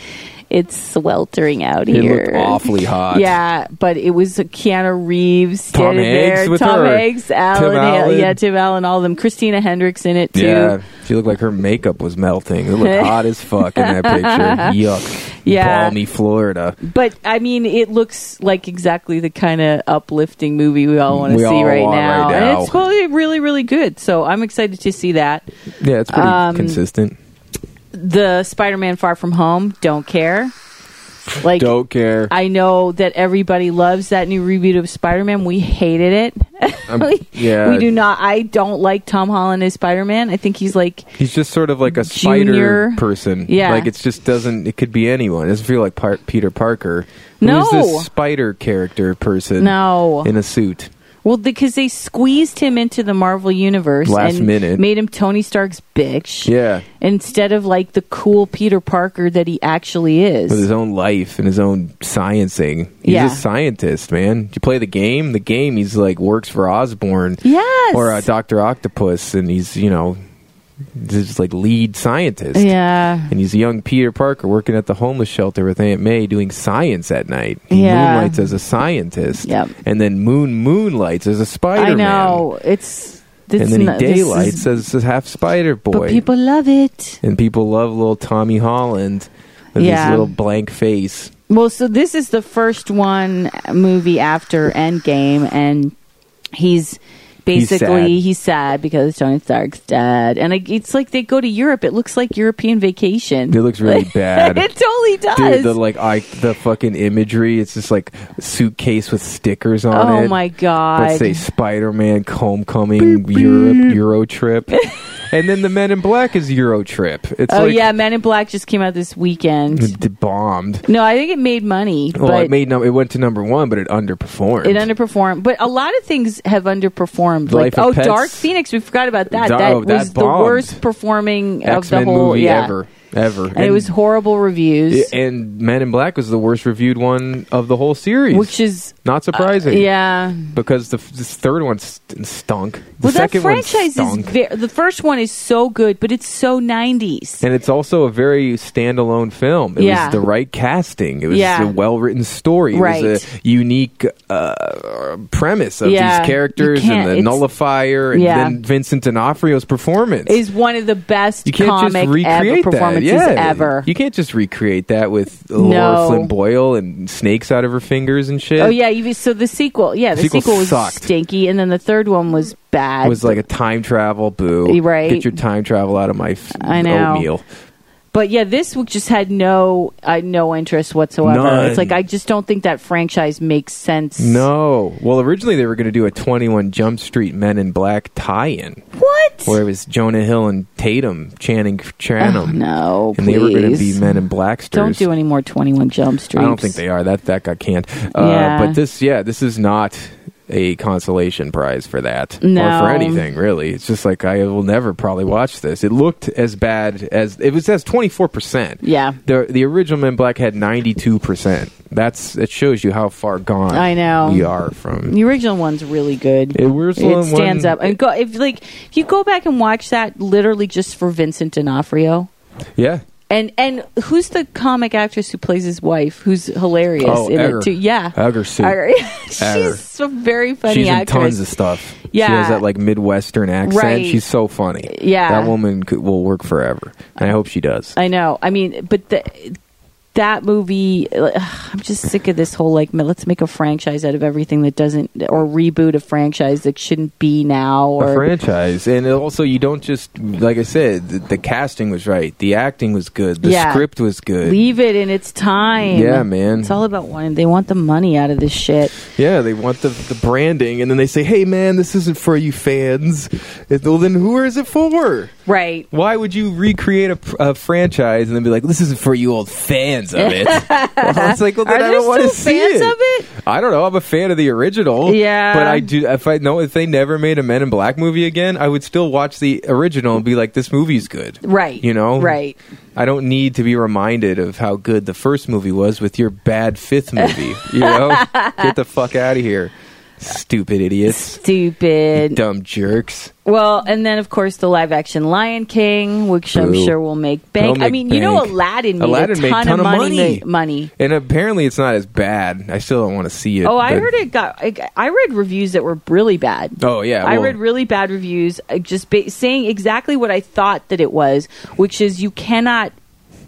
it's sweltering out
It
here.
looked awfully hot.
Yeah, but it was Keanu Reeves
Tom
standing
Hanks
there.
with
Tom
her.
Hanks,
Tim
Alan, Hale-
Allen.
yeah, Tim Allen, all of them. Christina Hendricks in it too.
Yeah, she looked like her makeup was melting. It looked hot as fuck in that picture. Yuck.
Yeah.
Balmy Florida.
But I mean, it looks like exactly the kind of uplifting movie we all want to
We
see
all
right
want
now.
right
and
now.
it's supposed to be really, really good. So I'm excited to see that.
Yeah, it's pretty
Um,
consistent.
The Spider-Man Far From Home, don't care. Like
Don't care.
I know that everybody loves that new reboot of Spider-Man. We hated it.
I'm- yeah.
we do not. I don't like Tom Holland as Spider-Man. I think he's like
He's just sort of like a spider
Junior.
person.
Yeah.
Like it's just doesn't, it could be anyone. It doesn't feel like par- Peter Parker.
No.
Who's this spider character person?
No.
In a suit.
Well, because they squeezed him into the Marvel universe
Last
and
minute.
made him Tony Stark's bitch.
Yeah.
Instead of like the cool Peter Parker that he actually is.
With his own life and his own sciencing. He's
Yeah.
a scientist, man. You play the game? The game, he's like, works for Osborne.
yes.
or uh, Doctor Octopus, and he's you know this like lead scientist.
yeah.
And he's a young Peter Parker working at the homeless shelter with Aunt May doing science at night. He
Yeah.
moonlights as a scientist.
Yep.
And then Moon moonlights as a Spider
I
Man.
know. It's this
And then he
not- this is-
daylights as a half Spider
but
Boy.
people love it.
and people love little Tommy Holland with
Yeah.
his little blank face.
Well, so this is the first one movie after Endgame, and he's basically
sad.
he's sad, because Tony Stark's dead, and it, it's like they go to Europe. It looks like European vacation.
It looks really bad.
it totally does.
Dude, the like I the fucking imagery, it's just like suitcase with stickers on
oh
it.
my god!
let's say Spider-Man Homecoming Europe Euro trip, and then the Men in Black is Euro trip. It's
oh
like
yeah, Men in Black just came out this weekend.
d- bombed.
No, I think it made money,
Well,
but
Oh, it made num- it went to number one, but it underperformed.
it underperformed. But a lot of things have underperformed.
Life
like
of
oh,
Pets.
Dark Phoenix, we forgot about that.
Da-
that
oh, that
was the
bombed.
worst performing of the
X-Men
whole
movie
yeah.
ever. ever.
and, it was horrible reviews,
and Men in Black was the worst reviewed one of the whole series,
which is uh,
not surprising.
yeah.
because the, f- this third one st- stunk. The
well, that
second
franchise
one
is
stunk.
ve- the first one is so good, but it's so nineties.
and it's also a very standalone film. It
Yeah.
was the right casting. It was
Yeah.
a well-written story. It was
Right.
a unique uh, premise of
Yeah.
these characters
You
and
can't-
the
it's-
nullifier, and
Yeah.
then Vincent D'Onofrio's performance
Is one of the best
You can't
comic
just
ever
recreate that.
performances
Yeah.
ever.
You can't just recreate that with
No.
Laura Flynn Boyle and snakes out of her fingers and shit.
oh yeah, you, so the sequel, yeah, the
Sequel
sequel, was
sucked.
stinky, and then the third one was bad.
It was like a time travel boo.
Right.
Get your time travel out of my f-
I know.
oatmeal.
But yeah, this w- just had no uh, no interest whatsoever.
None.
It's like I just don't think that franchise makes sense.
No. Well, originally they were going to do a 21 Jump Street Men in Black tie-in
What?
where it was Jonah Hill and Tatum chanting
Oh,
Chanum.
no,
And they were going to
please.
be Men in Blacksters.
Don't do any more Twenty One Jump Street.
I don't think they are. That that got canned. Uh,
Yeah.
But this, yeah, this is not a consolation prize for that
No.
or for anything really. It's just like I will never probably watch this. It looked as bad as it was as twenty four percent.
Yeah.
The the original Men in Black had ninety two percent. That's it shows you how far gone
I know.
we are from.
The original one's really good.
It was
It
one-
stands
one-
up and go if like if you go back and watch that literally just for Vincent D'Onofrio.
Yeah.
And and who's the comic actress who plays his wife? Who's hilarious
Oh,
in
Egger.
it too? Yeah,
Egger Sue.
Egger.
Egger.
She's a very funny
She's in
actress.
tons of stuff. She
Yeah.
has that like Midwestern accent.
Right.
She's so funny.
Yeah.
That woman could, will work forever. And I hope she does.
I know. I mean, but the, that movie, ugh, I'm just sick of this whole like, ma- let's make a franchise out of everything that doesn't, or reboot a franchise that shouldn't be now.
a
Or
franchise and it also you don't just like i said the, the casting was right the acting was good the
Yeah.
script was good
leave it in its time.
Yeah, man.
It's all about wanting. They want the money out of this shit.
yeah they want the, the branding and then they say hey man this isn't for you fans It- well then who is it for
Right.
why would you recreate a, a franchise and then be like this isn't for you old fans of it well, it's like well then
Are
i
there
don't want to
still
see
fans
it.
of it?
i don't know i'm a fan of the original
Yeah.
but i do if i know if they never made a men in black movie again i would still watch the original and be like this movie's good
Right.
you know
Right.
I don't need to be reminded of how good the first movie was with your bad fifth movie. You know, get the fuck out of here, stupid idiots,
Stupid.
dumb jerks.
Well, and then of course the live action Lion King, which I'm
Boo.
sure will make bank.
They'll
I
make
mean, you know,
bank.
Aladdin made
Aladdin
a
made
ton,
ton
of
of
money.
money.
money.
And apparently, it's not as bad. I still don't want to see it.
Oh, I
but-
heard it got. I, I read reviews that were really bad.
Oh yeah,
I
well,
read really bad reviews, uh, just ba- saying exactly what I thought that it was, which is you cannot,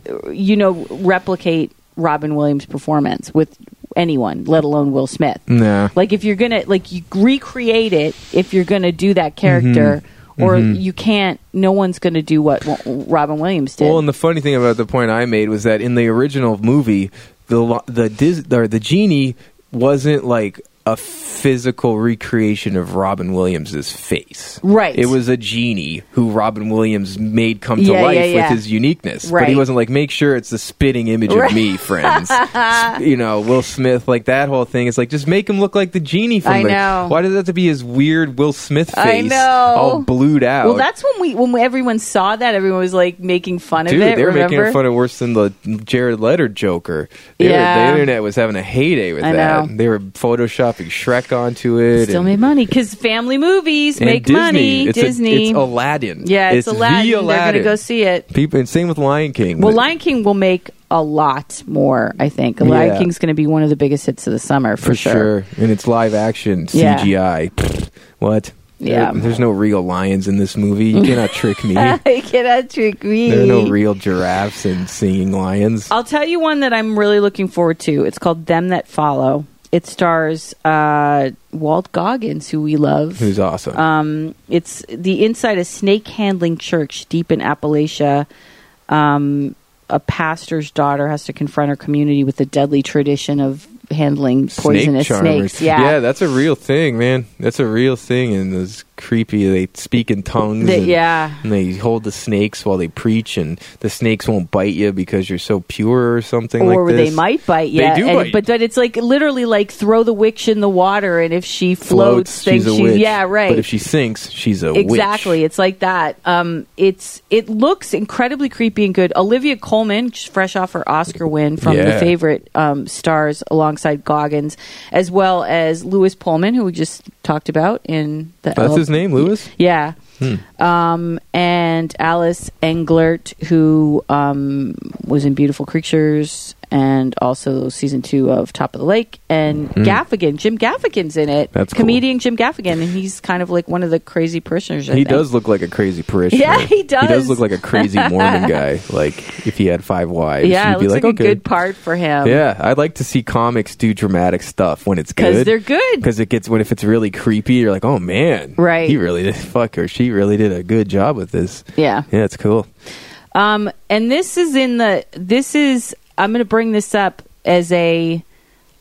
uh, you know, replicate Robin Williams' performance with anyone, let alone Will Smith.
Nah.
Like if you're gonna like you recreate it, if you're gonna do that
Mm-hmm.
character, or you can't. No one's gonna do what w- Robin Williams did.
Well, and the funny thing about the point I made was that in the original movie, the lo- the Dis- or the genie wasn't like a physical recreation of Robin Williams's face.
Right.
It was a genie who Robin Williams made come to
Yeah, yeah,
life
yeah.
with his uniqueness. But
Right.
he wasn't like, make sure it's the spitting image
Right.
of me, friends. S- you know, Will Smith, like that whole thing. It's like just make him look like the genie from
I
the
know.
Why does it have to be his weird Will Smith face?
I know.
All blued out.
Well, that's when we when we, everyone saw that everyone was like making fun
Dude,
of it.
they were
remember?
making fun of worse than the Jared Letter Joker. They were-
Yeah.
the internet was having a heyday with
I
that.
know.
They were photoshopping Shrek onto it.
Still
and,
made money because family movies
and
make
Disney.
money.
It's a-
Disney.
it's Aladdin.
yeah, it's,
the
Aladdin. They're going to
Aladdin.
go see it.
People, and same with Lion King.
Well,
The-
Lion King will make a lot more. I think Lion
Yeah.
King's going to be one of the biggest hits of the summer for,
for sure. and it's live action
Yeah.
CGI. Pfft, what?
Yeah.
There- there's no real lions in this movie. You cannot trick me. There
I cannot trick me.
are no real giraffes and singing lions.
I'll tell you one that I'm really looking forward to. It's called Them That Follow. It stars uh, Walt Goggins, who we love.
Who's awesome?
Um, it's the inside a snake handling church deep in Appalachia. Um, a pastor's daughter has to confront her community with the deadly tradition of handling poisonous
charmers.
snakes. Yeah.
that's a real thing, man. That's a real thing in those creepy. They speak in tongues.
They-
and,
yeah.
And they hold the snakes while they preach, and the snakes won't bite you because you're so pure or something
or
like this.
they might bite you.
They do
and,
bite.
But but it's like literally like throw the witch in the water, and if she
Floats,
floats, then
she's a witch.
yeah right.
But if she sinks, she's a witch.
Exactly. It's like that. Um, it's it looks incredibly creepy and good. Olivia Colman, just fresh off her Oscar win from the
Yeah.
favorite, um, stars alongside Goggins, as well as Lewis Pullman, who we just talked about in the
That's
L-
his name, Lewis.
Yeah.
Hmm.
Um, and Alice Englert, who um, was in Beautiful Creatures and also season two of Top of the Lake, and Gaffigan. Jim Gaffigan's in it.
Hmm. That's cool.
comedian Jim Gaffigan, and he's kind of like one of the crazy parishioners. I
He
think.
does look like a crazy parishioner.
Yeah, he
He
does.
does look like a crazy Mormon guy. Like if he had five wives,
Yeah,
he'd
it
be
looks like,
like, okay.
a good part for him.
Yeah, I like to see comics do dramatic stuff when it's good
'Cause they're good.
Because it gets when if it's really creepy, you're like, oh man,
Right.
He really did fuck or she really did a good job with this.
Yeah.
yeah, it's cool.
Um, and this is in the. This is. I'm going to bring this up as a.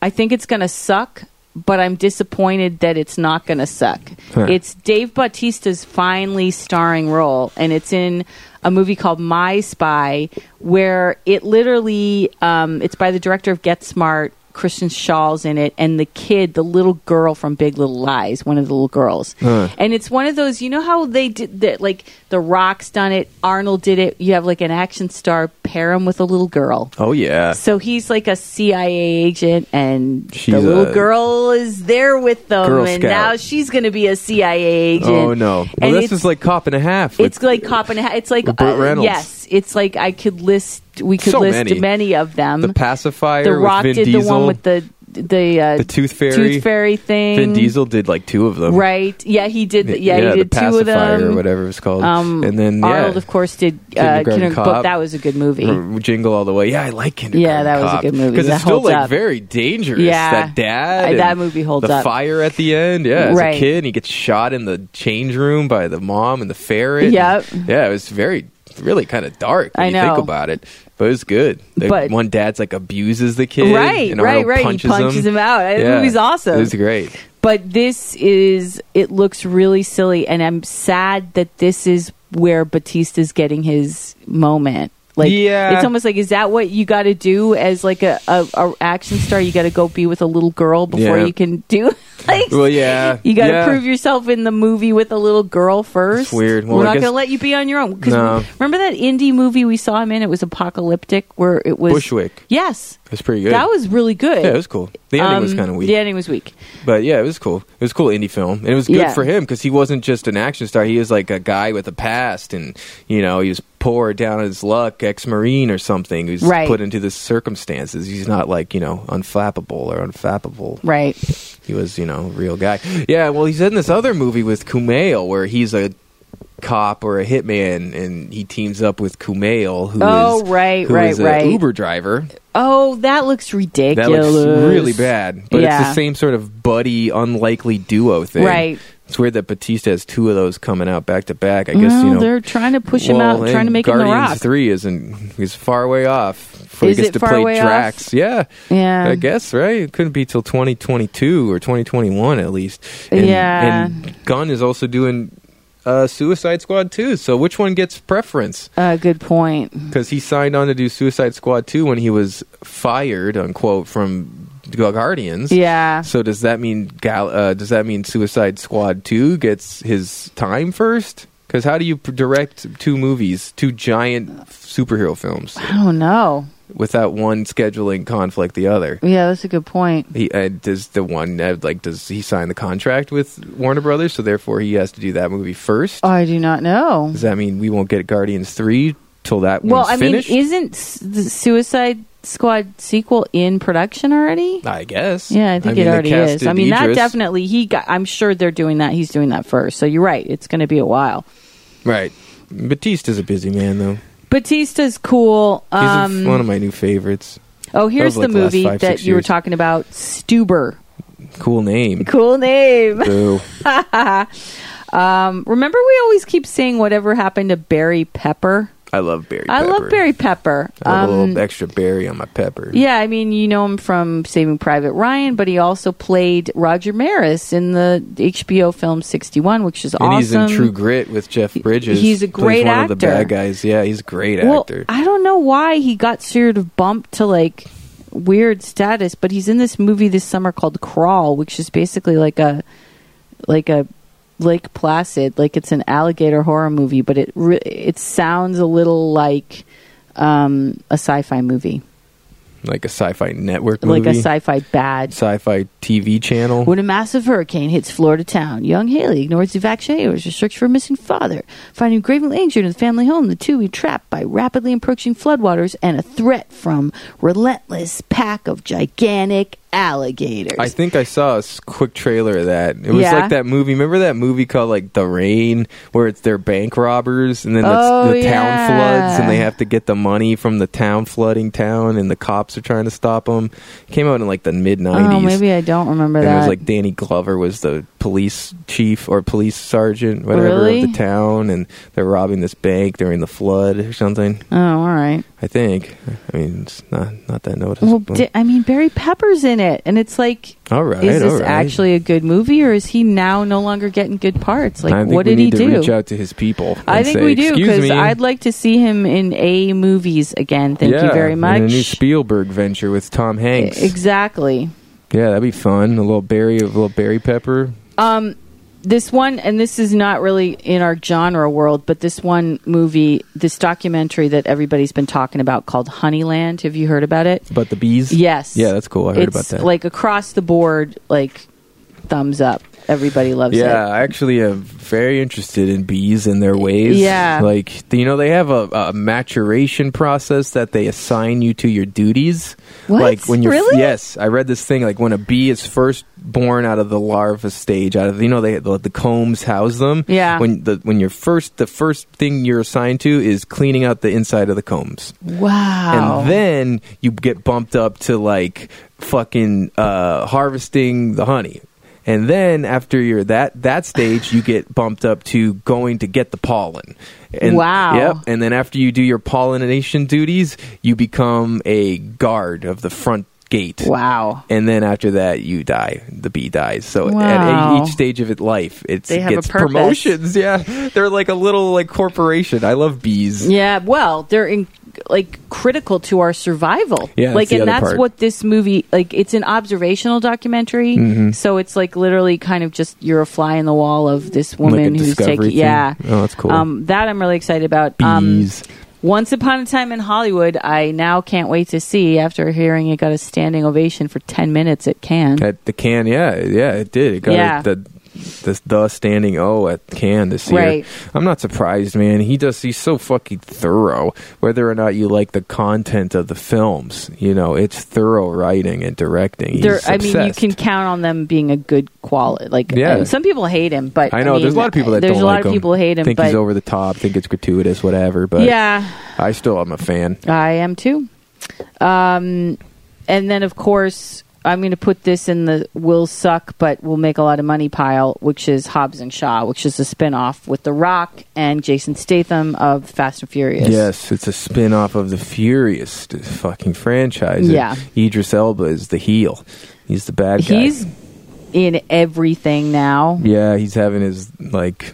I think it's going to suck, but I'm disappointed that it's not going to suck.
Huh.
It's Dave Bautista's finally starring role, and it's in a movie called My Spy, where it literally. Um, it's by the director of Get Smart. Kristen Shaw's in it, and the kid, the little girl from Big Little Lies, one of the little girls, and it's one of those. You know how they did that? Like The Rock's done it, Arnold did it. You have like an action star pair him with a little girl.
Oh yeah,
So he's like a CIA agent, and
She's
the little
a-
girl is there with them,
Girl
and
Scout.
now she's going to be a CIA agent.
oh no. Well,
and
this
it's,
is like cop and a half. with-
it's like cop and a ha- it's like
With
uh,
Burt Reynolds.
yes, it's like I could list. We could
So
list many.
many.
of them.
the pacifier.
the Rock
with Vin
did
Diesel.
the one with the the uh,
The Tooth Fairy.
Tooth Fairy thing.
Vin Diesel did like two of them.
right? Yeah, he did.
Y-
th- Yeah, he did
the
two
pacifier
of them.
or whatever it's called.
Um,
and then yeah,
Arnold, of course, did uh,
Kindergarten
Kindergarten Cop.
Cop.
That was a good movie.
R- Jingle all the way. Yeah, I like Kindergarten
Yeah, that was a good movie.
because
That
it's still
holds
like
up.
very dangerous.
Yeah.
that dad.
I- that
and
movie holds
the
up.
fire at the end. Yeah, as
Right.
a kid, and he gets shot in the change room by the mom and the ferret.
Yep.
And- yeah, it was very, really kind of dark. When
I
you
know.
think about it, but it was good. The
But-
one dad's like abuses the kid.
Right,
and
right,
Arnold
right. He
Punches
punches
him,
him out. That
Yeah.
movie's awesome.
It was great.
but this is it looks really silly and i'm sad that this is where batista's getting his moment like
Yeah.
it's almost like is that what you got to do as like a, a, a action star you got to go be with a little girl before
Yeah.
you can do like
Well, yeah,
you got to
yeah.
prove yourself in the movie with a little girl first
It's weird. Well,
we're
I
not
guess-
gonna let you be on your own 'Cause
No.
remember that indie movie we saw him in it was apocalyptic where it was
Bushwick.
yes
It was pretty good.
that was really good
yeah, it was cool. The ending was
Um,
kind of weak.
the ending was weak
But yeah, it was cool. It was a cool indie film, and it was good
Yeah.
for him because he wasn't just an action star. He was like a guy with a past, and you know, he was poor, down on his luck, ex-marine or something, who's
Right.
put into the circumstances. He's not like you know unflappable or unfappable.
right
He was you know a real guy. Yeah, well, he's in this other movie with Kumail where he's a cop or a hitman, and he teams up with Kumail, who is
Oh, right,
who
right,
is a
right.
Uber driver.
Oh, that looks
That
ridiculous.
looks really bad. But it's
Yeah.
the same sort of buddy, unlikely duo thing.
Right.
It's weird that Batista has two of those coming out back to back. I guess you
Well,
know
they're trying to push him
well,
out, trying to
and
make
Guardians
him the rock.
Three isn't he's far away off. Before
Is
he gets to
it far
play
away off?
Drax. Yeah.
Yeah.
I guess right. It couldn't be till twenty twenty two or twenty twenty one at least. And,
Yeah.
And Gunn is also doing. Uh, Suicide Squad 2. So which one gets preference?
Uh, good point.
because he signed on to do Suicide Squad 2 when he was fired, unquote, from Guardians.
Yeah.
So does that mean Gal- uh, does that mean Suicide Squad 2 gets his time first? Because how do you p- direct two movies, two giant superhero films,
I don't know.
without one scheduling conflict the other?
Yeah, that's a good point.
He uh, does the one uh, like does he sign the contract with Warner Brothers, so therefore he has to do that movie first?
I do not know.
Does that mean we won't get Guardians three till that
Well,
one's
I mean,
finished?
isn't s- the Suicide Squad sequel in production already?
I guess.
Yeah, I think it
mean, they
already is.
casted
I mean, that
Idris.
definitely he got. I'm sure they're doing that. He's doing that first. So you're right. It's going to be a while.
Right. Batista's a busy man, though. He's
Batista's cool.
a-
Um,
one of my new favorites.
oh, here's
like
the
the last
movie
five,
that
six
you were
years.
talking about, Stuber.
Cool name.
Cool name.
Boo.
Um, remember, we always keep saying whatever happened to Barry Pepper.
I love Barry.
I love
Pepper.
Barry Pepper.
I love a
Um,
little extra berry on my pepper.
yeah, I mean, you know him from Saving Private Ryan, but he also played Roger Maris in the HBO film 61, which is
And
awesome.
he's in True Grit with Jeff Bridges.
he's a
Plays
great
one of the
actor.
bad guys. Yeah, he's a great
well,
actor.
I don't know why he got sort of bumped to like weird status, but he's in this movie this summer called Crawl, which is basically like a like a Lake Placid, like it's an alligator horror movie, but it re- it sounds a little like um, a sci-fi movie,
like a sci-fi network
like a
movie.
sci-fi bad.
sci-fi TV channel.
When a massive hurricane hits Florida town, young Haley ignores evacuation orders and search for a missing father. Finding gravely injured in the family home, the two are trapped by rapidly approaching floodwaters and a threat from relentless pack of gigantic alligators.
I think I saw a s- quick trailer of that. It was
Yeah.
like that movie. Remember that movie called like The Rain, where it's their bank robbers and then the,
Oh,
the town
yeah.
floods and they have to get the money from the town flooding town, and the cops are trying to stop them. came out in like the mid nineties.
oh, maybe I don't remember
and
that.
it was like Danny Glover was the police chief or police sergeant, whatever,
Really?
of the town, and they're robbing this bank during the flood or something.
oh, all right.
I think. I mean, it's not not that noticeable.
Well, di- I mean, Barry Pepper's in it, and it's like.
all right,
is this
all right.
actually a good movie, or is he now no longer getting good parts?
I
Like,
think
what
we
did
need to
he do?
Reach out to his people.
I
and
think
say,
we do
"Excuse me."
I'd like to see him in A movies again. Thank
Yeah,
you very
and
much.
A new Spielberg venture with Tom Hanks.
Exactly.
yeah, that'd be fun. A little berry, a little berry pepper.
Um, this one, and this is not really in our genre world, but this one movie, this documentary that everybody's been talking about called Honeyland. Have you heard about it?
But the bees.
Yes.
Yeah, that's cool. I heard
it's
about that.
Like across the board, like thumbs up. Everybody loves
yeah,
it.
I actually am very interested in bees and their ways.
Yeah.
Like, you know, they have a, a maturation process that they assign you to your duties.
What?
Like when you're
Really?
yes, I read this thing like when a bee is first born out of the larva stage, out of you know they the, the combs house them.
Yeah.
When the when you're first the first thing you're assigned to is cleaning out the inside of the combs
Wow.
and then you get bumped up to like fucking uh, harvesting the honey. And then after you're that that stage, you get bumped up to going to get the pollen. And,
Wow.
Yep. And then after you do your pollination duties, you become a guard of the front gate.
wow.
And then after that, you die. The bee dies. So
Wow.
at e-, each stage of its life, it's,
They
it
have a
gets
purpose.
promotions. Yeah, they're like a little like corporation. I love bees.
Yeah, well, they're in, like critical to our survival.
Yeah, that's
like,
the
and
other
that's
part.
what this movie like. It's an observational documentary,
Mm-hmm.
so it's like literally kind of just you're a fly in the wall of this woman who's
discovery
taking.
thing?
Yeah,
Oh, that's cool.
Um, that I'm really excited about.
Bees.
Um, once upon a time in Hollywood, I now can't wait to see. After hearing it got a standing ovation for ten minutes at Cannes.
At the can, yeah, yeah, it did. It got
Yeah.
a, the, the the standing O at can this year.
Right.
I'm not surprised, man. He does. He's so fucking thorough. Whether or not you like the content of the films, you know, it's thorough writing and directing. He's
There, I mean, you
obsessed.
can count on them being a good quality. Like,
Yeah.
uh, some people hate him, but
I know
mean,
there's a lot of people that
there's
don't
a lot
like
of people hate him.
Think
but
he's over the top. Think it's gratuitous, whatever. But
yeah,
I still am a fan.
I am too. Um, and then, of course, I'm going to put this in the will suck, but will make a lot of money pile, which is Hobbs and Shaw, which is a spin off with The Rock and Jason Statham of Fast and Furious.
Yes, it's a spin off of the Furious fucking franchise.
Yeah.
Idris Elba is the heel. He's the bad guy.
He's in everything now.
Yeah, he's having his like.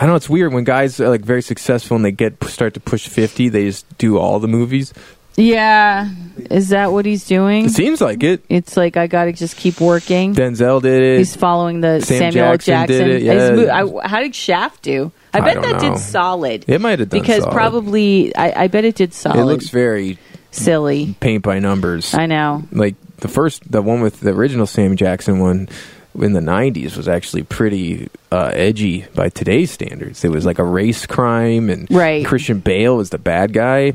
I know it's weird when guys are like very successful and they get start to push fifty, they just do all the movies.
Yeah. Is that what he's doing?
It seems like it.
It's like, I got to just keep working.
Denzel did
He's
it.
following the
Sam
Samuel L.
Jackson
Jackson.
did it, yeah.
His mo- I- how did Shaft do? I
I
bet
don't
that
know.
did solid.
It might have done
because
solid.
probably I, I bet it did solid.
It looks very
silly.
paint by numbers.
I know.
like the first, the one with the original Sam Jackson one in the '90s was actually pretty uh, edgy by today's standards. It was like a race crime, and
Right.
Christian Bale was the bad guy,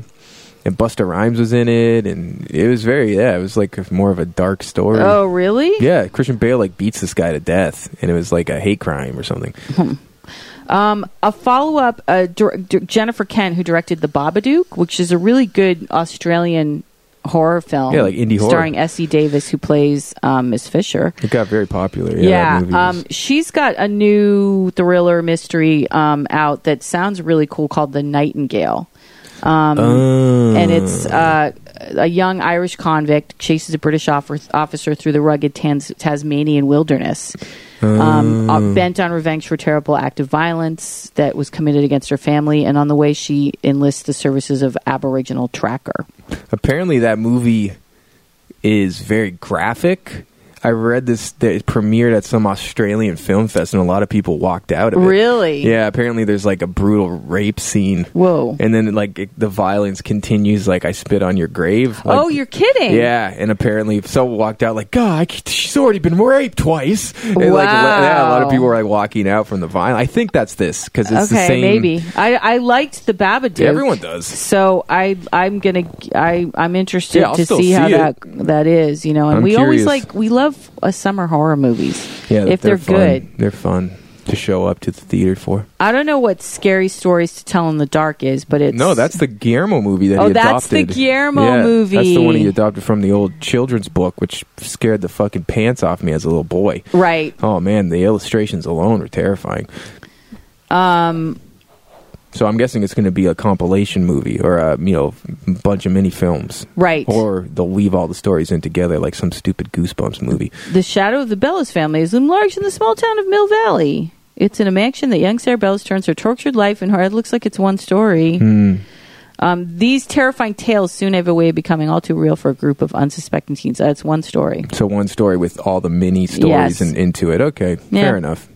and Busta Rhymes was in it, and it was very yeah, it was like more of a dark story.
Oh, really?
Yeah, Christian Bale like beats this guy to death, and it was like a hate crime or something.
Um, a follow up. Uh, dir- dir- Jennifer Kent, who directed The Babadook, which is a really good Australian horror film.
Yeah, like indie horror.
starring Essie Davis, who plays um, Miss Fisher.
It got very popular. Yeah,
Yeah,
that movie was-
um, she's got a new thriller mystery um, out that sounds really cool called The Nightingale. Um,
Oh.
and it's uh, a young Irish convict chases a British offer- officer through the rugged Tans- Tasmanian wilderness, um,
Oh.
uh, bent on revenge for a terrible act of violence that was committed against her family. And on the way, she enlists the services of Aboriginal Tracker.
apparently that movie is very graphic. I read this that it premiered at some Australian film fest, and a lot of people walked out of it.
Really?
Yeah. Apparently, there's like a brutal rape scene,
Whoa.
and then like it, the violence continues. Like I spit on your grave. Like,
oh, you're kidding.
Yeah, and apparently someone walked out like, God, I c- she's already been raped twice. And, like,
Wow.
yeah, a lot of people were like walking out from the vine. I think that's this because it's the
okay,
same.
maybe. I, I liked the Babadook.
Yeah, everyone does.
So I I'm gonna I I'm interested
Yeah, I'll
to
still
see,
see
how
it.
that that is. You know, and
I'm
we always
curious.
like we love uh, summer horror movies.
Yeah,
if they're,
fun.
good.
they're fun to show up to the theater for.
I don't know what scary stories to tell in the dark is, but it's
No, that's the Guillermo movie that
Oh,
he
that's
adopted.
the Guillermo
Yeah,
movie.
That's the one he adopted from the old children's book, which scared the fucking pants off me as a little boy.
right.
Oh man, the illustrations alone were terrifying.
Um,
So I'm guessing it's going to be a compilation movie or a you know bunch of mini films,
Right.
Or they'll weave all the stories in together like some stupid Goosebumps movie.
the shadow of the Bellas family is enlarged in the small town of Mill Valley. It's in a mansion that young Sarah Bellas turns her tortured life and her. It looks like it's one story. Um, these terrifying tales soon have a way of becoming all too real for a group of unsuspecting teens. That's one story.
So one story with all the mini stories
Yes.
and into it. Okay,
Yeah.
fair enough.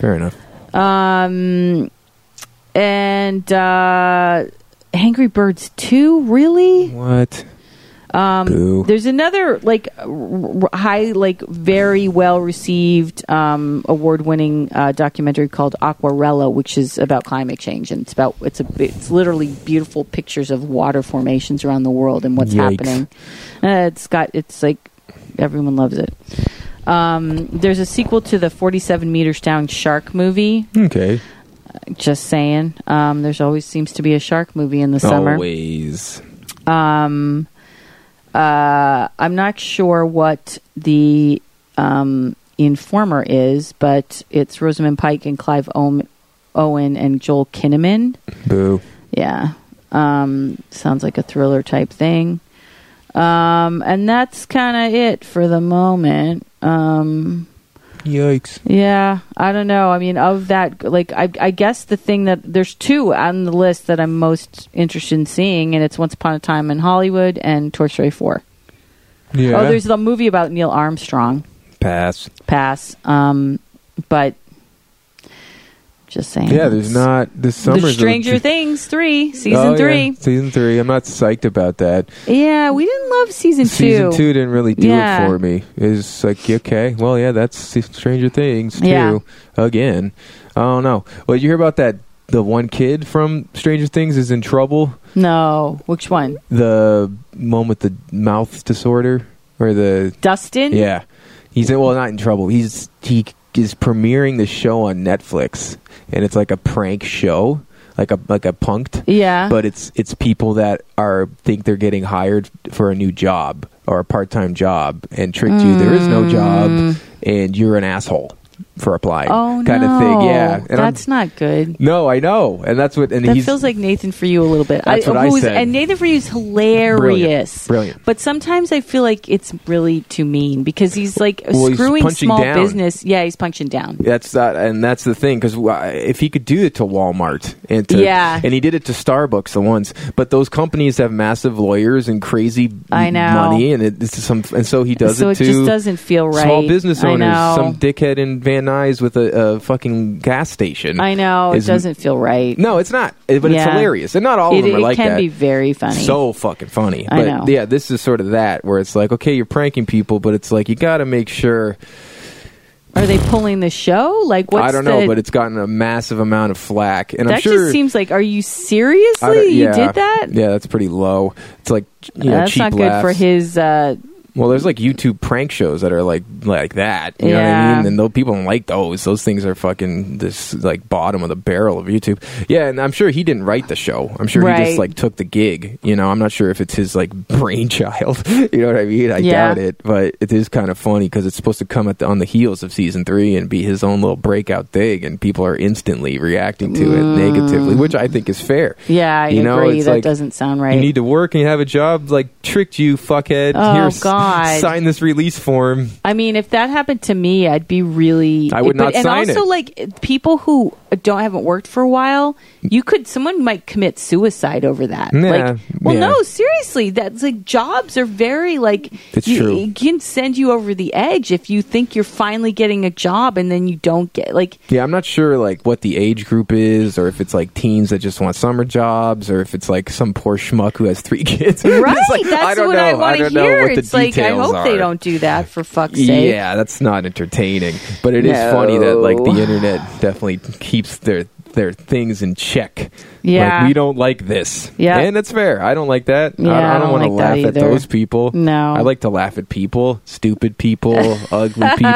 Fair enough.
Um, and uh, Angry Birds Two, really?
What? Um, Boo.
There's another like r- r- high, like very well received, um, award winning uh, documentary called Aquarella, which is about climate change, and it's about it's a it's literally beautiful pictures of water formations around the world and what's
Yikes.
happening. Uh, it's got it's like everyone loves it. Um, there's a sequel to the 47 meters down shark movie
Okay.
Just saying. Um, there's always seems to be a shark movie in the
Oh,
summer.
Always.
Um, uh, I'm not sure what the um, informer is, but it's Rosamund Pike and Clive Ohm- Owen and Joel Kinnaman.
Boo.
Yeah. Um, sounds like a thriller type thing. Um, and that's kind of it for the moment. Um,
Yikes.
yeah, I don't know. I mean, of that, like, I, I guess the thing that there's two on the list that I'm most interested in seeing, and it's Once Upon a Time in Hollywood and Toy Story 4.
Yeah.
Oh, there's the movie about Neil Armstrong,
pass.
pass. Um, but just saying.
Yeah, there's not this summer.
The Stranger Things
Oh,
3, season 3.
Season three. I'm not psyched about that.
Yeah. we didn't love season,
Season two didn't really do
Yeah.
it for me. It's like okay, well, yeah, that's Stranger Things too.
Yeah.
Again, I don't know. Well, you hear about that? The one kid from Stranger Things is in trouble.
No. Which one?
The one with the mouth disorder, or the
Dustin?
yeah, he's in, well not in trouble. He's he is premiering the show on Netflix, and it's like a prank show, like a like a punked
Yeah.
but it's it's people that are think they're getting hired for a new job or a part-time job and tricked you there is no job and you're an asshole for applying
Mm. oh,
kind
no.
of thing yeah and I'm-
That's not good.
no i know and that's what and
That
he's
feels like Nathan for you a little bit.
That's what I
who's-
said.
And Nathan for you is hilarious.
Brilliant. Brilliant.
But sometimes I feel like it's really too mean because he's like
Well, he's
screwing
punching
small
down.
business. Yeah, he's punching down.
that's that and that's the thing because if he could do it to walmart and to,
Yeah.
and he did it to starbucks the once but those companies have massive lawyers and crazy
I know.
money and it, it's some and so he does
so
it to
it just doesn't feel right.
Small business
I
owners,
know.
some dickhead in Van Nuys with a, a fucking gas station.
I know it
is-
doesn't feel right.
No, it's not. It- But it's
Yeah.
hilarious, and not all
it,
of them are
it
like
can
that.
be very funny.
So fucking funny.
I
but
know.
yeah, this is sort of that where it's like, okay, you're pranking people, but it's like you got to make sure.
Are they pulling the show? Like what's
I don't
the,
know, but it's gotten a massive amount of flack, and
that
I'm sure.
just seems like. Are you
I don't-
seriously?
yeah,
You did that?
Yeah, that's pretty low. It's like you know,
That's
cheap
not good
laughs.
for his uh,
Well, there's like YouTube prank shows that are like like that. You know what
Yeah.
I mean? And though people don't like those, those things are fucking this like bottom of the barrel of YouTube. Yeah, and I'm sure he didn't write the show. I'm sure he just
Right.
like took the gig. You know, I'm not sure if it's his like brainchild. you know what I mean? I
Yeah.
doubt it, but it is kind of funny because it's supposed to come at the, on the heels of season three and be his own little breakout thing, and people are instantly reacting to it
Mm.
negatively, which I think is fair.
Yeah, I
You know,
agree.
it's
that
like-
doesn't sound right.
You need to work and you have a job. Like tricked you, fuckhead.
Oh,
Here, s-
God.
Sign this release form.
I mean, if that happened to me, I'd be really.
I would not
and
sign
also,
it.
like people who don't haven't worked for a while, you could someone might commit suicide over that.
Yeah,
like, well,
yeah.
no, seriously, that's like jobs are very like.
It's
you,
true.
It can send you over the edge if you think you're finally getting a job and then you don't get like.
Yeah, I'm not sure like what the age group is, or if it's like teens that just want summer jobs, or if it's like some poor schmuck who has three kids. It's
Right,
like,
that's
I don't
what
know.
I want to
don't know
hear.
what the
It's like I
details
hope they
are.
don't do that for fuck's sake.
Yeah, that's not entertaining, but it is funny that like
No.
the internet definitely keeps their their things in check.
Yeah.
like, we don't like this.
Yeah.
and that's fair. I don't like that.
Yeah,
I don't,
I don't
want to
like that
laugh at
either.
those people.
No.
I like to laugh at people, stupid people, ugly people,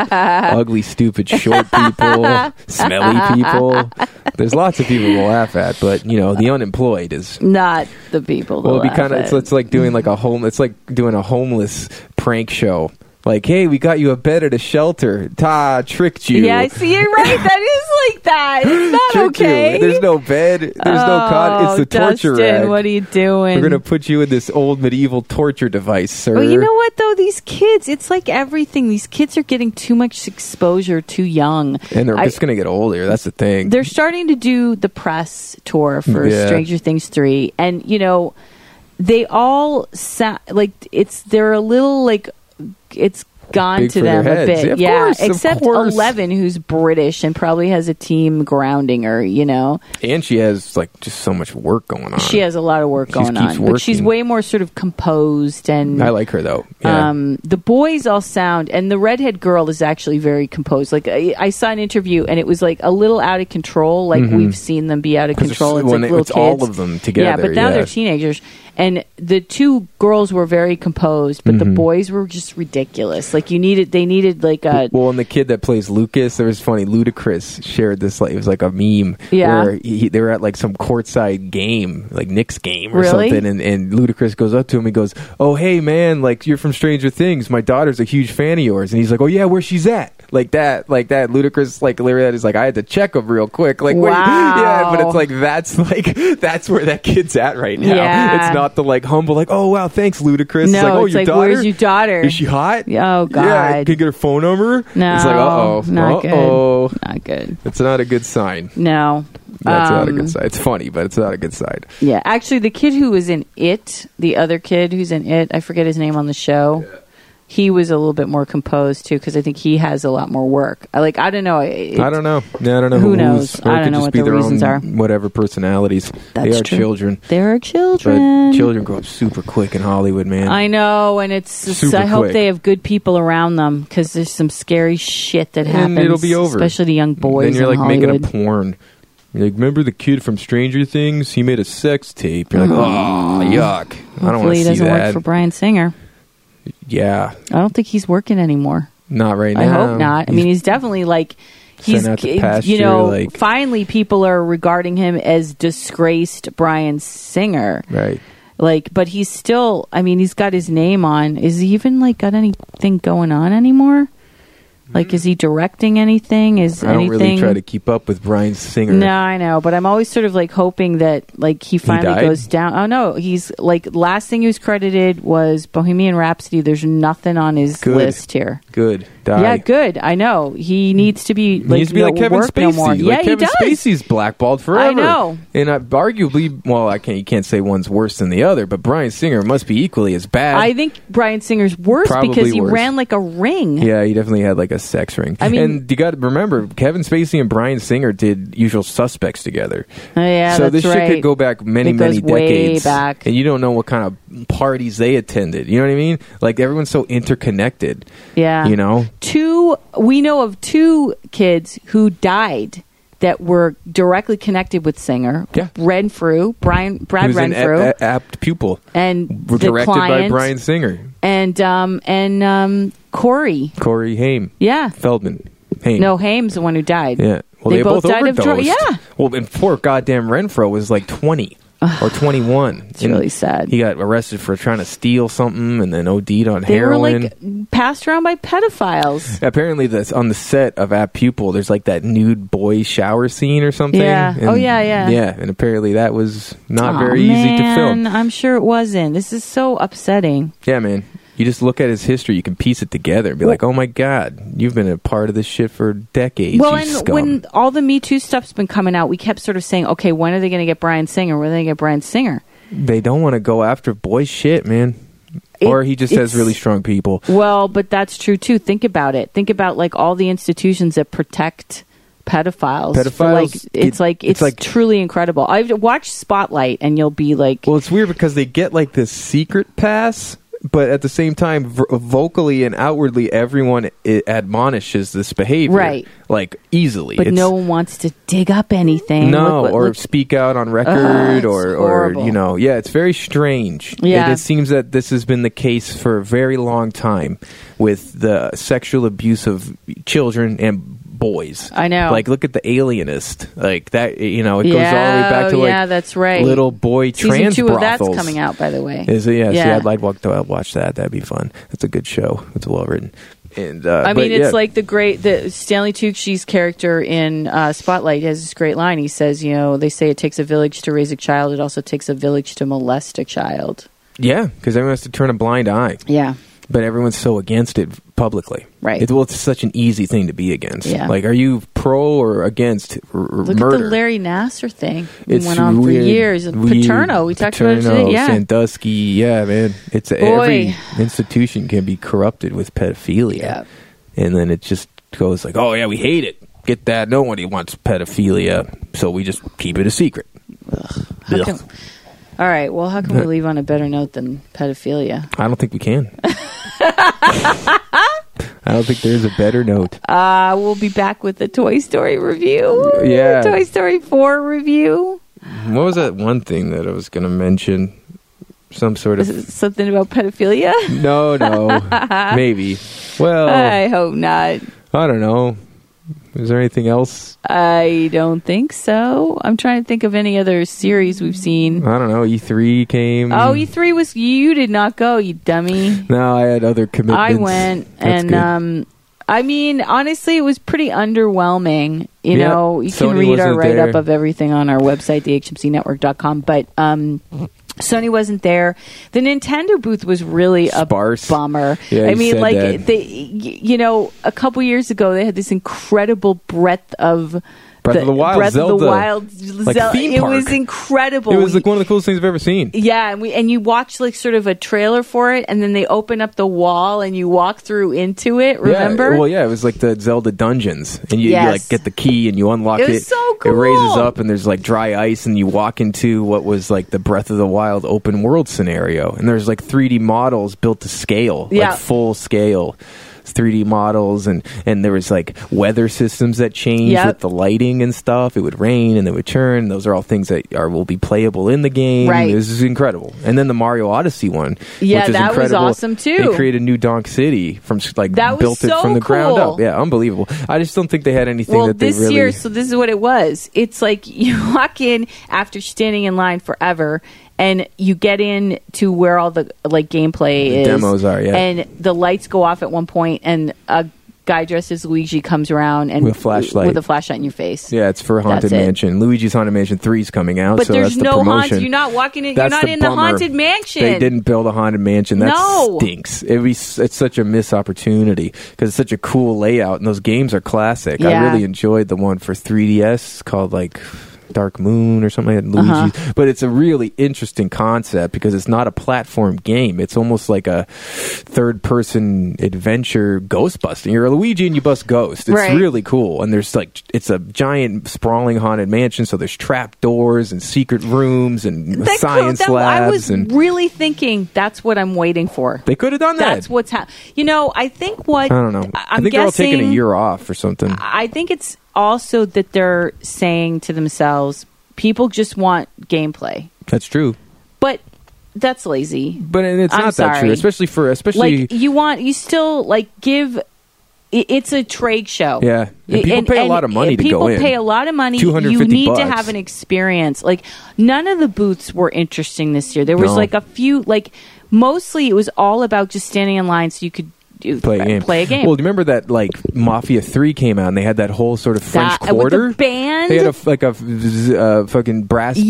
ugly, stupid, short people, smelly people. There's lots of people to laugh at, but you know the unemployed is
Not the people.
well, it'd
that
be kind of
laugh
it's,
at.
it's like doing like a home. It's like doing a homeless prank show. Like, hey, we got you a bed at a shelter. Ta tricked you.
Yeah, I see, you're right. That is like that. It's not
tricked
okay. Oh,
you. There's no bed. There's no cot. It's the torture
Dustin,
rack.
What are you doing?
We're gonna put you in this old medieval torture device, sir.
well, you know what though? These kids, it's like everything. These kids are getting too much exposure too young.
and they're
I-
just gonna get older. That's the thing.
they're starting to do the press tour for
Yeah.
Stranger Things 3 and you know they all sa- like it's they're a little like it's gone
Big
to
for their
them a
heads.
bit
Of
yeah
course, of
except
course.
11 who's British and probably has a team grounding her you know
and she has like just so much work going on.
she has a lot of work
She's-
going on
keeps
but she's
working.
way more sort of composed and
I like her though. Yeah.
um, the boys all sound, and the redhead girl is actually very composed. Like I, I saw an interview, and it was like a little out of control. Like we've seen them be out of
Mm-hmm. 'Cause
control.
it's-
It's,
when
like
it-
little
it's all
kids.
of them
Yeah,
together,
but now
yeah.
they're teenagers, and the two girls were very composed, but
Mm-hmm.
the boys were just ridiculous. Like you needed, they needed like a
Well, and the kid that plays Lucas, there was funny. Ludacris shared this like it was like a meme
Yeah.
where he, they were at like some courtside game, like Knicks game or
Really?
something, and, and Ludacris goes up to him and goes, "Oh hey man, like you're from Stranger Things. My daughter's a huge fan of yours," and he's like, "Oh yeah, where she's at?" Like that, like that. Ludacris like literally that is like, "I had to check him real quick." Like what-
Wow.
yeah, but it's like that's like that's where that kid's at right now.
Yeah.
It's not the like humble like, "Oh wow, thanks Ludacris."
no.
it's like, "Oh
it's
your
like
daughter."
where's your daughter?
Is she hot?
Oh,
Yeah,
God.
can you get her phone number?
no,
It's like, uh oh,
not
uh oh.
good, not good.
It's not a good sign.
No,
That's not a
Um,
good sign. It's funny, but it's not a good sign.
Yeah, actually, the kid who was in it, the other kid who's in it, I forget his name on the show. He was a little bit more composed too, because I think he has a lot more work. I Like I don't know. It,
I don't know. Yeah, I don't know
Who
who,
knows?
Or
I
it
don't
could
know
just
what
be
the
their
reasons
own
are.
Whatever personalities.
That's
they are
true.
children.
There are children.
But children grow up super quick in Hollywood, man.
I know, and it's. it's-
Super
I hope
quick.
they have good people around them because there's some scary shit that happens.
And it'll be over.
especially to young boys.
Then you're like
in Hollywood.
making a porn. You're like, remember the kid from Stranger Things? He made a sex tape. You're like, oh, yuck. I don't want
Hopefully,
to
he
see
doesn't
that.
work for Brian Singer.
yeah,
I don't think he's working anymore.
not right now.
I hope not. I mean, he's definitely like
Sent
he's
out to pasture,
you know
like-
finally people are regarding him as disgraced Brian Singer.
right.
Like, but he's still. I mean, he's got his name on. Is he even like got anything going on anymore? Like, is he directing anything? Is
Mm-hmm. I don't
anything?
really try to keep up with Brian Singer.
No, I know, but I'm always sort of like hoping that like he finally
died?
goes down. Oh no, he's like last thing he was credited was Bohemian Rhapsody. There's nothing on his
Good.
list here.
Good. Die.
Yeah, good. I know he needs to be.
He
Like,
needs to be
no,
like Kevin
work
Spacey.
No more.
Like
yeah,
Kevin
he does.
Spacey's blackballed forever.
I know.
And uh, arguably, well, I can't. You can't say one's worse than the other, but Brian Singer must be equally as bad.
I think Brian Singer's worse
Probably
because he
worse.
ran like a ring.
yeah, he definitely had like a sex ring.
I mean-
and you got to remember, Kevin Spacey and Brian Singer did Usual Suspects together.
Oh, yeah,
so this
that's right.
shit could go back many,
It goes
many
way
decades,
back.
and you don't know what kind of parties they attended. You know what I mean? Like everyone's so interconnected.
Yeah.
You know,
two. We know of two kids who died that were directly connected with Singer.
Yeah.
Renfrew, Brian,
he
Brad
was an
Renfrew,
ap- ap- apt pupil.
and the
directed
client,
by Brian Singer.
and um, and um, Corey.
Corey Haim.
Yeah.
Feldman. Haim.
No, Haim's the one who died.
Yeah. Well,
They both died of dro-
overdosed.
yeah.
Well, and poor goddamn Renfro was like 20 or 21.
It's really sad.
He got arrested for trying to steal something and then OD'd on
They
heroin.
were like passed around by pedophiles.
Apparently, this on the set of App Pupil, there's like that nude boy shower scene or something.
Yeah.
And-
Oh, yeah, yeah.
Yeah. And apparently, that was not
Aw,
very easy to
man,
film.
I'm sure it wasn't. This is so upsetting.
Yeah, man. You just look at his history, you can piece it together and be like, oh my God, you've been a part of this shit for decades.
well,
you
and
scum.
when all the Me Too stuff's been coming out, we kept sort of saying, okay, when are they going to get Brian Singer? When are they going to get Brian Singer?
They don't want to go after boy shit, man.
It-
or he just has
it's-
really strong people.
Well, but that's true too. Think about it. Think about like all the institutions that protect pedophiles.
Pedophiles
like it's
get-
like
it's
it's,
like-
truly incredible. I've watched Spotlight, and you'll be like,
Well, it's weird because they get like this secret pass, but at the same time, v- vocally and outwardly, everyone i- admonishes this behavior,
Right.
Like easily,
but
It's-
no one wants to dig up anything.
no,
Look what-
or
look- Uh,
speak out on record,
it's
or or
horrible.
you know, yeah, it's very strange.
Yeah.
it, it seems that this has been the case for a very long time with the sexual abuse of children and boys.
I know.
like look at the Alienist, like that. You know, it goes all the way
Yeah,
back to
oh,
like
yeah, that's right.
little boy
season
trans
two of that's
brothels.
coming out, by the way.
Is it? Yeah. See,
Yeah.
I'd like walk to I'd watch that. That'd be fun. That's a good show. It's well written. And uh,
I
but
mean, it's
yeah.
like the great the Stanley Tucci's character in uh, Spotlight has this great line. He says, "You know, they say it takes a village to raise a child. It also takes a village to molest a child."
yeah, because everyone has to turn a blind eye,
Yeah,
but everyone's so against it publicly.
Right.
It, well, it's such an easy thing to be against.
Yeah.
Like, are you pro or against r- r-
look
murder?
at the Larry Nasser thing. It
it's
went on
weird,
for years. And
weird.
Paterno, we talked about it
Paterno,
today. Yeah,
Sandusky. Yeah, man. It's every institution can be corrupted with pedophilia,
Yeah.
and then it just goes like, oh yeah, we hate it. Get that. Nobody wants pedophilia, so we just keep it a secret.
How
Ugh.
come- all right. Well, how can we leave on a better note than pedophilia?
I don't think we can. I don't think there's a better note.
Uh, we'll be back with the Toy Story review.
Yeah.
Toy Story Four review.
What was that one thing that I was going to mention? Some sort
Is
of
it something about pedophilia?
no, no, maybe. Well,
I hope not.
I don't know. Is there anything else?
I don't think so. I'm trying to think of any other series we've seen.
I don't know. E three came.
Oh, E3 was you did not go, you dummy.
no, I had other commitments.
I went
That's
and
good.
um I mean, honestly, it was pretty underwhelming. You
Yeah,
know, you
Sony
can read our
wasn't
write up
there.
of everything on our website, thehmcnetwork.com, but um Sony wasn't there. The Nintendo booth was really
Sparse.
a bummer.
Yeah,
I
you
mean,
said
like
that.
they, y- you know, a couple years ago they had this incredible breadth of
Breath of the Wild,
Breath of the
Zelda.
Wild,
Like
Zel-
theme
It
park.
was incredible.
it was
We-
like one of the coolest things I've ever seen.
yeah, and we and you watch like sort of a trailer for it, and then they open up the wall and you walk through into it. Remember?
Yeah, well, yeah, it was like the Zelda dungeons, and you, you
Yes.
like get the key and you unlock
It
it.
was so
It raises
cool.
up, and there's like dry ice, and you walk into what was like the Breath of the Wild open world scenario, and there's like 3D models built to scale,
Yeah.
like full scale. 3D models and and there was like weather systems that changed
Yep.
with the lighting and stuff. It would rain and it would churn. Those are all things that are will be playable in the game.
Right.
It was incredible. And then the Mario Odyssey one,
Yeah,
which is
that was
incredible.
awesome, too.
They created New Donk City from s- like
That was
built it
so
from the ground
cool.
up. Yeah, unbelievable. I just don't think they had anything
Well,
that they
this
really.
year, so this is what it was. It's like you walk in after standing in line forever, and you get in to where all the like gameplay is.
demos are, yeah.
And the lights go off at one point, and a guy dressed as Luigi comes around and
With a flashlight.
with a flashlight in your face.
yeah, it's for Haunted
That's it.
Mansion. Luigi's Haunted Mansion Three is coming out,
But
so that's
there's
the
no
promotion.
haunted. You're not walking in.
That's
you're not in the
bummer.
haunted mansion.
They didn't build a haunted mansion. That
No.
stinks. It be, s- it's such a missed opportunity because it's such a cool layout, and those games are classic. I
Yeah.
really enjoyed the one for 3DS called like Dark Moon or something like that. Luigi.
Uh-huh.
But it's a really interesting concept because it's not a platform game. It's almost like a third person adventure ghost busting. You're a Luigi and you bust ghosts. It's
Right.
really really cool. And there's like it's a giant sprawling haunted mansion, so there's trap doors and secret rooms and
That co-
science
that- I was
labs and
really thinking that's what I'm waiting for.
they could have done that.
That's what's happening. You know, I think what
I don't know.
I-
I
I'm
think they're all taking a
guessing-
year off or something.
I think it's also that they're saying to themselves, people just want gameplay,
That's true.
but that's lazy.
But it's
I'm
not that true,
sorry.
especially for especially
like you want you still like give. i- It's a trade show.
Yeah. And people pay a lot of money to go
People
in.
pay a lot of money. You
250
need to
bucks.
have an experience. Like none of the booths were interesting this year. There was
No.
like a few. Like mostly it was all about just standing in line so you could do,
play a game.
Play a game.
Well, do you remember that like Mafia Three came out and they had that whole sort of French
That- uh, with the
Quarter
band?
They had a f- like a f- z- uh, fucking brass band,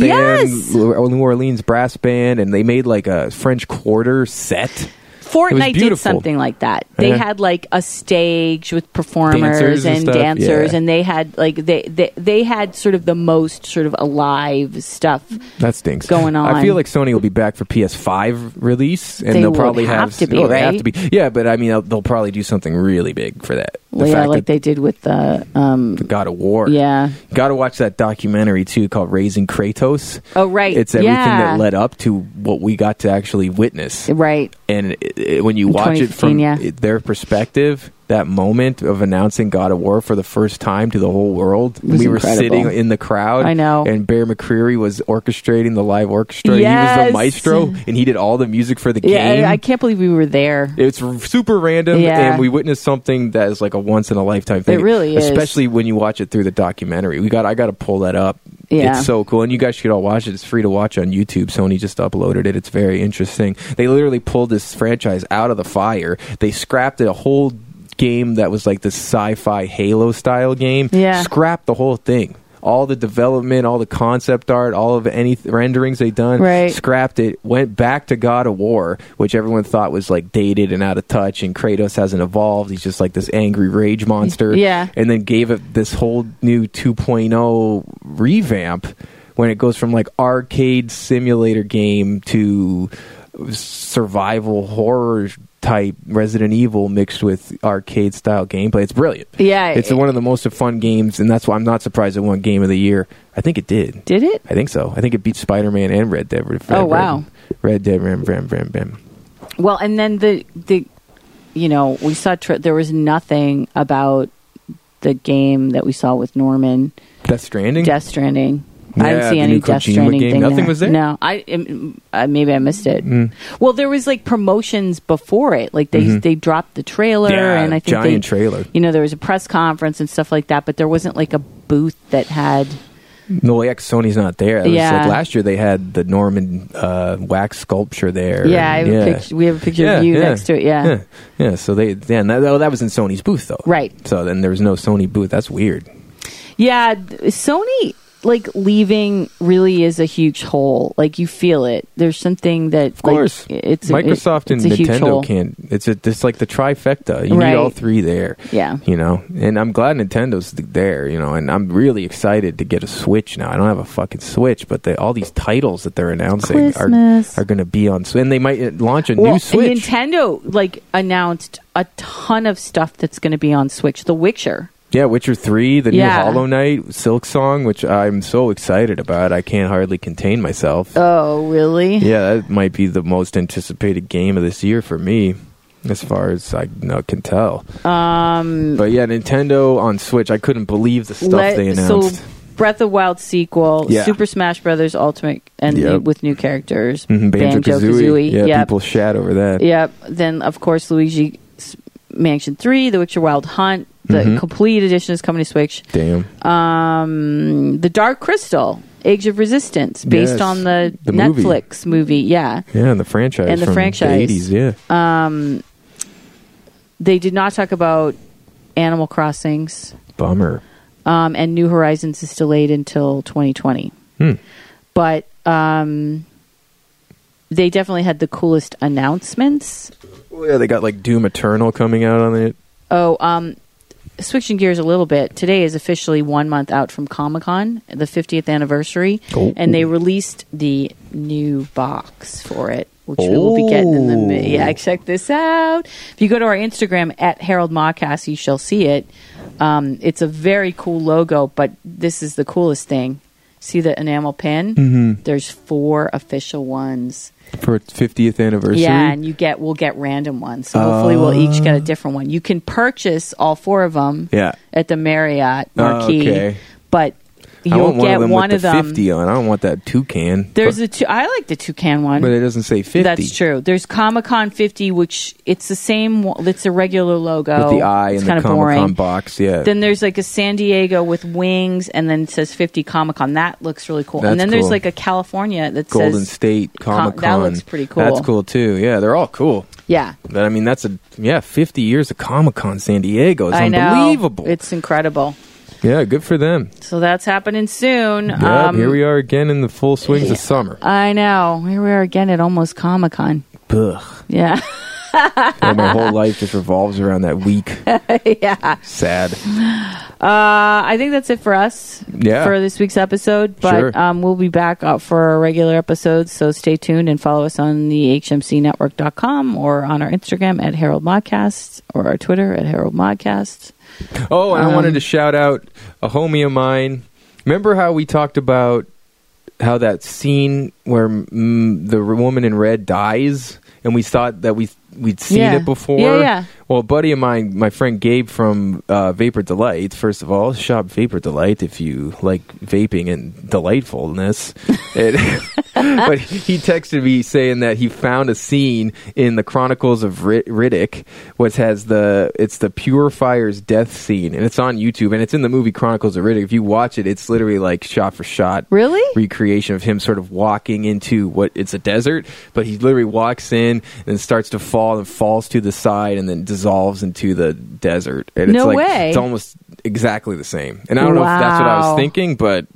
Yes!
New Orleans brass band, and they made like a French Quarter set.
Fortnite did
beautiful.
something like that. They
Yeah.
had like a stage with performers
Dancers and
and,
stuff,
dancers,
yeah.
and they had like they, they they had sort of the most sort of alive stuff.
That stinks.
Going
I feel
on.
like Sony will be back for PS5 release, and
They
will
would
probably
have to be,
oh, they have
right?
to be. Yeah, but I mean, they'll, they'll probably do something really big for that. The
yeah,
fact
like
that
they did with the um,
God of War.
yeah.
Got to watch that documentary too called Raising Kratos.
Oh, right.
It's everything
Yeah.
that led up to what we got to actually witness.
Right.
And it, it, when you watch it from
2015, yeah.
it- their perspective, that moment of announcing God of War for the first time to the whole world,
was
we were
incredible.
sitting in the crowd.
I know.
And Bear McCreary was orchestrating the live orchestra. He was
Yes.
the maestro, and he did all the music for the game.
Yeah, I, I can't believe we were there.
It's r- super random,
Yeah.
and we witnessed something that is like a once in a lifetime thing.
It really is.
especially when you watch it through the documentary. We got, I got to pull that up.
Yeah.
It's so cool, and you guys should all watch it. It's free to watch on YouTube. Sony just uploaded it. It's very interesting. They literally pulled this franchise out of the fire. They scrapped a whole game that was like this sci-fi Halo style game.
Yeah.
scrapped the whole thing. All the development, all the concept art, all of any th- renderings they done,
Right.
scrapped it, went back to God of War, which everyone thought was like dated and out of touch, and Kratos hasn't evolved. He's just like this angry rage monster.
Yeah.
And then gave it this whole new 2.0 revamp when it goes from like arcade simulator game to survival horror type Resident Evil mixed with arcade style gameplay. It's brilliant.
Yeah,
It's
it-
one of the most fun games, and that's why I'm not surprised it won Game of the Year. I think it did.
Did it?
I think so. I think it beat Spider Man and Red Dead. Red,
Oh, wow.
Red Dead Ram Ram Ram Ram.
Well, and then the the you know we saw tra- there was nothing about the game that we saw with Norman.
Death Stranding.
Death Stranding. I
Yeah,
didn't see
the
any
new
Death
Kojima
Stranding
game.
thing.
Nothing
there.
was there? Mm.
No, I um, uh, maybe I missed it. Well, there was like promotions before it. Like they they dropped the trailer,
Mm-hmm. Yeah,
and I think
giant
they,
trailer.
You know, there was a press conference and stuff like that, but there wasn't like a booth that had.
No, yeah, 'cause Sony's not there. It was
Yeah.
like last year they had the Norman uh, wax sculpture there.
Yeah, I
and-
have a picture, we have a picture of you next to it. Yeah.
yeah, yeah. So they, yeah, and that, oh, that was in Sony's booth though,
Right.
So then there was no Sony booth. That's weird.
Yeah, th- Sony like leaving really is a huge hole. Like you feel it. There's something that
Of course,
it's a- it-
Microsoft and
it's a huge hole.
Nintendo can't. It's a, it's like the trifecta. You
Right.
need all three there.
Yeah.
you know. And I'm glad Nintendo's th- there. You know, and I'm really excited to get a Switch now. I don't have a fucking Switch, but they, all these titles that they're announcing
Christmas.
are are going to be on. Sw- And they might uh, launch a
Well,
new Switch.
Nintendo like announced a ton of stuff that's going to be on Switch. The Witcher.
yeah, Witcher Three, the
Yeah.
new Hollow Knight, Silk Song, which I'm so excited about. I can't hardly contain myself.
Oh, really?
Yeah, that might be the most anticipated game of this year for me, as far as I know, can tell. Um, but yeah, Nintendo on Switch, I couldn't believe the stuff they
so
announced.
Breath of Wild sequel,
Yeah.
Super Smash Brothers Ultimate, and
Yep.
new- with new characters,
Mhm, Banjo-Kazooie. Yeah,
yep.
people shat over that.
Yep. Then of course Luigi Mansion Three, The Witcher Wild Hunt, the
Mm-hmm.
complete edition is coming to Switch.
Damn.
Uh, Um, the Dark Crystal, Age of Resistance, based
Yes.
on the,
The movie.
Netflix movie. Yeah.
Yeah, and the franchise
And the
from
franchise. Uh,
the 80s, yeah.
They did not talk about Animal Crossings.
Bummer.
um, and New Horizons is delayed until 2020.
Hmm.
But um, they definitely had the coolest announcements.
Well, Oh, yeah, they got like Doom Eternal coming out on it.
Oh, um, switching gears a little bit, today is officially one month out from Comic Con, the 50th anniversary,
Oh.
and they released the new box for it. Which we will be getting in the ma-
Oh.
yeah. Check this out. If you go to our Instagram at Harold Mawcast, you shall see it. Um, it's a very cool logo, but this is the coolest thing. See the enamel pin? Mm-hmm. There's four official ones.
For its 50th anniversary.
Yeah, and you get we'll get random ones. So hopefully we'll each get a different one. You can purchase all four of them.
Yeah.
At the Marriott
Oh,
marquee,
okay.
but
I
you'll
want one
get
of them
one
with
of
the
them.
fifty on. I don't want that toucan.
There's
but,
a two. I like the toucan one.
but it doesn't say fifty.
That's true. There's Comic Con 50, which it's the same. wa- It's a regular logo
With the eye
It's
and
kinda
the Comic
boring.
Con box, yeah.
Then there's like a San Diego with wings, and then it says 50 Comic Con. That looks really cool. and
That's
then there's
cool.
like a California that
Golden
says
State
Com-
Comic
that
Con.
looks pretty cool.
That's cool too. Yeah, they're all cool.
Yeah,
But I mean, that's a yeah, fifty years of Comic Con San Diego. It's
I know.
unbelievable.
It's incredible.
yeah, good for them.
So that's happening soon.
Yeah,
Um,
here we are again in the full swings of summer.
I know. Here we are again at almost Comic Con.
Ugh.
Yeah,
Yeah, my whole life just revolves around that week.
yeah.
Sad.
Uh, I think that's it for us
Yeah.
for this week's episode. But
Sure.
um, we'll be back up for our regular episodes. So stay tuned and follow us on the HMCnetwork.com or on our Instagram at Harold Modcast or our Twitter at Harold Modcast.
Oh, and
Um,
I wanted to shout out a homie of mine. Remember how we talked about how that scene where mm, the woman in red dies, and we thought that we we'd seen
Yeah.
it before.
Yeah, yeah.
Well, a buddy of mine, my friend Gabe from uh, Vapor Delight. First of all, shop Vapor Delight if you like vaping and delightfulness. And- but he texted me saying that he found a scene in the Chronicles of Rid- Riddick, which has the it's the Purifier's death scene, and it's on YouTube, and it's in the movie Chronicles of Riddick. If you watch it, it's literally like shot for shot
Really?
recreation of him sort of walking into what it's a desert, but he literally walks in and starts to fall and falls to the side and then dissolves into the desert. And
No
it's like
way.
it's almost exactly the same. And I don't know if that's what I
Wow.
was thinking, but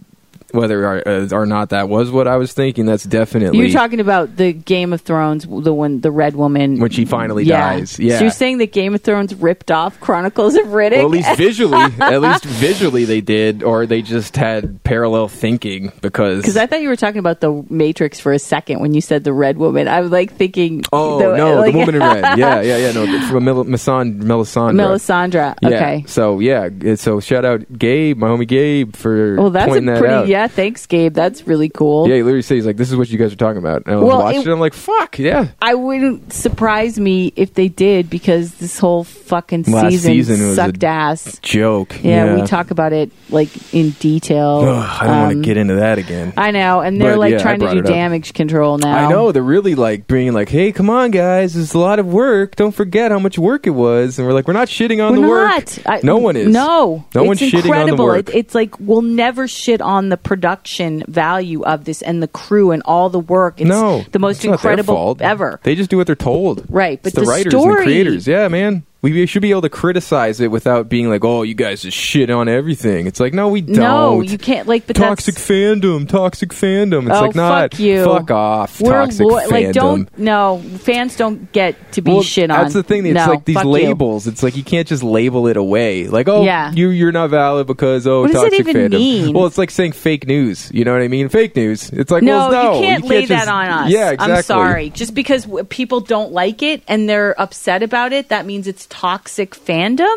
whether or, uh, or not that was what I was thinking, that's definitely
You're talking about the Game of Thrones, the one, the red woman.
when she finally dies. Yeah.
So you're saying that Game of Thrones ripped off Chronicles of Riddick?
well, at least visually, at least visually they did, or they just had parallel thinking because
Because I thought you were talking about the Matrix for a second when you said the red woman. I was like thinking,
oh
the-
no,
like-
the woman in red, yeah, yeah, yeah, no, from Mel- Melisandre, Melisandre,
Melisandre.
Yeah.
Okay.
So yeah. it- So shout out Gabe, my homie Gabe, for
Well, that's a
pointing that
pretty
out.
yeah. Thanks, Gabe. That's really cool.
Yeah, he literally says like, "This is what you guys are talking about." And I was
Well,
watching,
it-
it, I'm like, "Fuck yeah!"
I wouldn't surprise me if they did because this whole fucking
Last
season,
season was a-
sucked ass.
Joke.
Yeah, we talk about it like in detail.
Ugh, I don't want
Um,
to get into that again.
I know, and they're
But,
like
yeah, I
trying to
brought
do
it up.
damage control now.
I know they're really like being like, "Hey, come on, guys! It's a lot of work. Don't forget how much work it was." And we're like, "We're not shitting on
We're
the
not.
work. no one is.
No,
No
it's
one's
incredible.
shitting on the work.
It- it's like we'll never shit on the production value of this and the crew and all the work. It's
no,
the most
it's not their
incredible
fault.
ever.
They just do what they're told.
Right,
It's
but
the,
the
writers and
story-
the creators. Yeah, man. We we should be able to criticize it without being like, "Oh, you guys just shit on everything." It's like, no, we don't.
No, you can't. Like, but
toxic
that's,
fandom, toxic fandom. It's
oh,
like not
fuck you.
fuck off,
We're
toxic
lo-
fandom.
like don't no fans don't get to be
Well,
shit on.
that's the thing. It's
No,
like these
fuck you.
labels. It's like you can't just label it away. Like, oh,
Yeah.
you you're not valid because oh,
What does it
toxic
even
fandom.
mean?
Well, it's like saying fake news. You know what I mean? Fake news. It's like well,
No,
no,
you can't lay
just-
that on us.
Yeah, exactly.
I'm sorry. Just because w- people don't like it and they're upset about it, that means it's toxic fandom.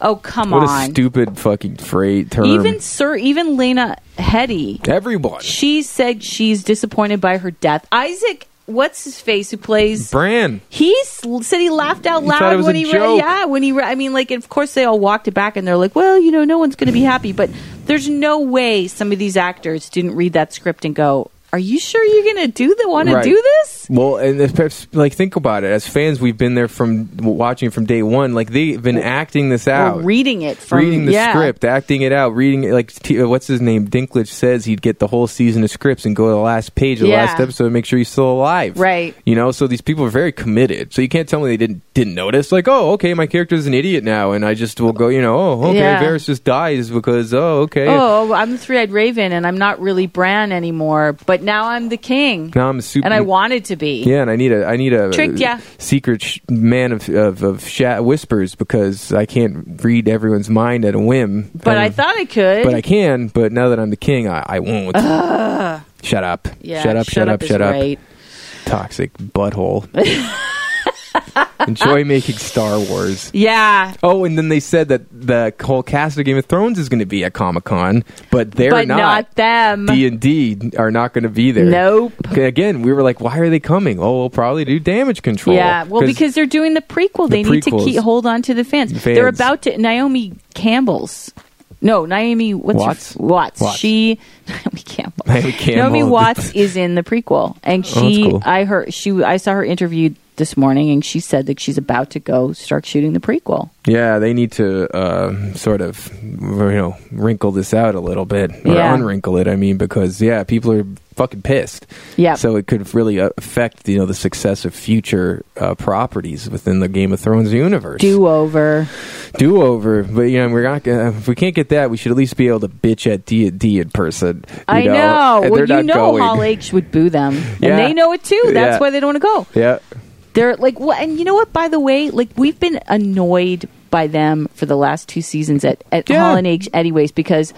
Oh come
What
on!
a stupid fucking phrase term.
even sir, even Lena Headey,
Everyone.
she said she's disappointed by her death. Isaac, what's his face who plays?
Bran.
He s- said he laughed out
thought it
loud
was
when
a
he read.
joke.
Yeah, when he read. I mean, like, of course they all walked it back, and they're like, "Well, you know, no one's going to be happy." But there's no way some of these actors didn't read that script and go, "Are you sure you're going to do the want to
Right.
do this?"
Well, and this, perhaps, like think about it. As fans, we've been there from watching from day one. Like they've been acting this
Or
out,
reading it from
reading the
yeah.
script, acting it out, reading it. Like t- uh, what's his name? Dinklage says he'd get the whole season of scripts and go to the last page of
Yeah.
the last episode and make sure he's still alive.
Right.
You know, so these people are very committed. So you can't tell me they didn't didn't notice. Like, oh, okay, my character's an idiot now, and I just will go. You know, oh, okay,
Yeah.
Varys just dies because oh, okay,
Oh, I'm the three-eyed raven, and I'm not really Bran anymore. But now I'm the king,
now I'm a super.
and I wanted to be.
Yeah, and I need a I need a
Tricked ya.
secret sh- man of of, of sha- whispers because I can't read everyone's mind at a whim.
But I
Um,
thought I could.
but I can. But now that I'm the king, I, I won't. shut up!
yeah,
shut up! Shut up!
is
Shut up!
right.
Toxic butthole. Enjoy making Star Wars.
Yeah,
Oh, and then they said that the whole cast of Game of Thrones is going to be at Comic Con, but they're
but not, them.
D and D are not going to be there.
Nope.
Okay, Again, we were like, why are they coming? Oh, we'll probably do damage control.
Yeah, well, because they're doing the prequel,
The
they need to
prequels.
keep hold on to the fans.
Fans.
They're about to Naomi Campbell's No, Naomi what's her
Watts?
f- Watts.
Watts.
She Naomi Campbell.
Naomi Campbell.
Naomi Watts is in the prequel, and
Oh, that's
she
cool.
I heard she I saw her interviewed this morning, and she said that she's about to go start shooting the prequel.
Yeah, they need to uh, sort of you know wrinkle this out a little bit or
Yeah.
unwrinkle it. I mean, because yeah, people are fucking pissed.
Yeah.
So it could really uh, affect you know the success of future uh, properties within the Game of Thrones universe.
Do over.
do over, but you know we're not. Gonna, if we can't get that, we should at least be able to bitch at D D in person. you
I know.
And
Well,
they're
you
not
know
going.
Hall H would boo them, and
Yeah.
they know it too. That's
Yeah.
why they don't want to go.
Yeah.
They're like, well, and you know what? By the way, like we've been annoyed by them for the last two seasons at at
Yeah.
Hall and H, anyways, because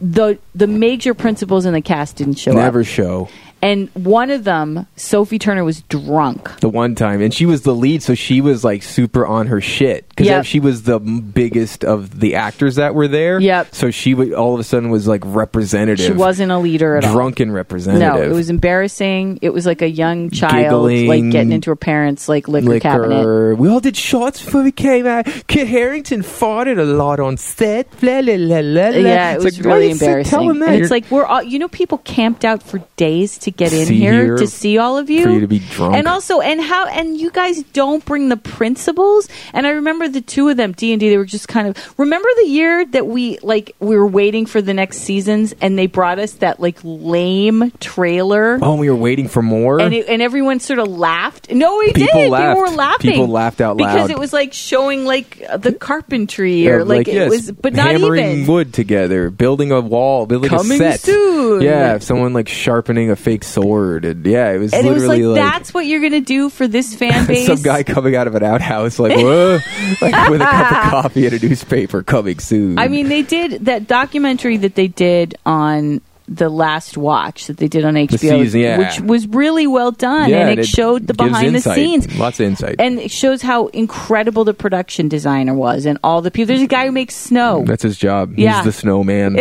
the the major principals in the cast didn't show
Never
up,
show
and one of them, Sophie Turner, was drunk.
the one time, and she was the lead, so she was like super on her shit because
Yep.
she was the m- biggest of the actors that were there.
Yep.
So she would all of a sudden was like representative.
She wasn't a leader at all.
drunken
No,
representative.
it was embarrassing. It was like a young child,
Giggling.
like getting into her parents' like liquor, cabinet.
We all did shots before we came out. Kit uh, Harrington farted a lot on set. Blah, la, la, la, la.
Yeah, it
It's
was
like, why
really
you sit-
embarrassing.
Tell him that.
And
You're-
it's like we're all, you know, people camped out for days to get in
See
here,
here
to see all of you,
for you to be drunk.
and also and how and you guys don't bring the principals. And I remember the two of them, D and D, they were just kind of remember the year that we like we were waiting for the next seasons, and they brought us that like lame trailer.
oh, we were waiting for more.
And, it, and everyone sort of laughed. No, we
People
did.
laughed.
People were laughing.
People laughed out
because
loud.
it was like showing like the carpentry
Yeah,
or like, it
yes,
was, but not
hammering
even.
wood together, building a wall, building
Coming
a set.
soon.
Yeah, someone like sharpening a fake sword, and yeah, it was
And it was
literally
like, that's what you're gonna do for this fan base.
some guy coming out of an outhouse, like, Whoa, like with a cup of coffee and a newspaper coming soon.
I mean, they did that documentary that they did on the last watch that they did on HBO,
season, yeah.
which was really well done,
yeah,
and it, showed the
gives
behind
insight,
the scenes.
lots of insight.
And it shows how incredible the production designer was, and all the people. There's a guy who makes snow.
That's his job.
Yeah.
He's the snowman.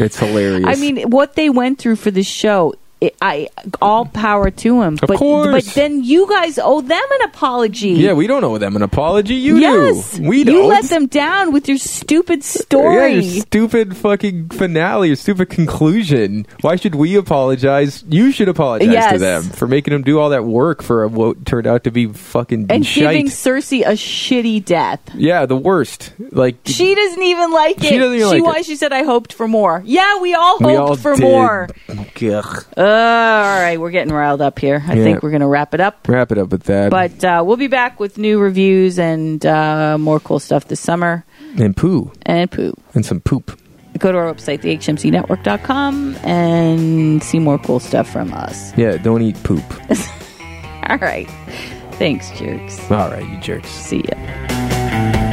it's hilarious.
I mean, what they went through for this show, it, I all power to him. but
course.
but then you guys owe them an apology.
yeah, we don't owe them an apology. You
yes,
do. We don't.
You let them down with your stupid
Yeah,
story.
your stupid fucking finale, your stupid conclusion. Why should we apologize? You should apologize to
Yes.
them for making them do all that work for a, what turned out to be fucking
and
shite.
giving Cersei a shitty death.
yeah, the worst. Like
She doesn't even like it.
She doesn't even like
why
it.
she said I hoped for more. Yeah, we all hoped
we all
for
did.
more.
Ugh.
Uh, all right, we're getting riled up here. I
Yeah.
think we're going to wrap it up.
Wrap it up with that.
But uh, we'll be back with new reviews and uh, more cool stuff this summer.
and poo
And poo.
and some poop.
Go to our website, thehmcnetwork.com, and see more cool stuff from us.
Yeah, don't eat poop.
All right. Thanks, jerks.
all right, you jerks.
See ya.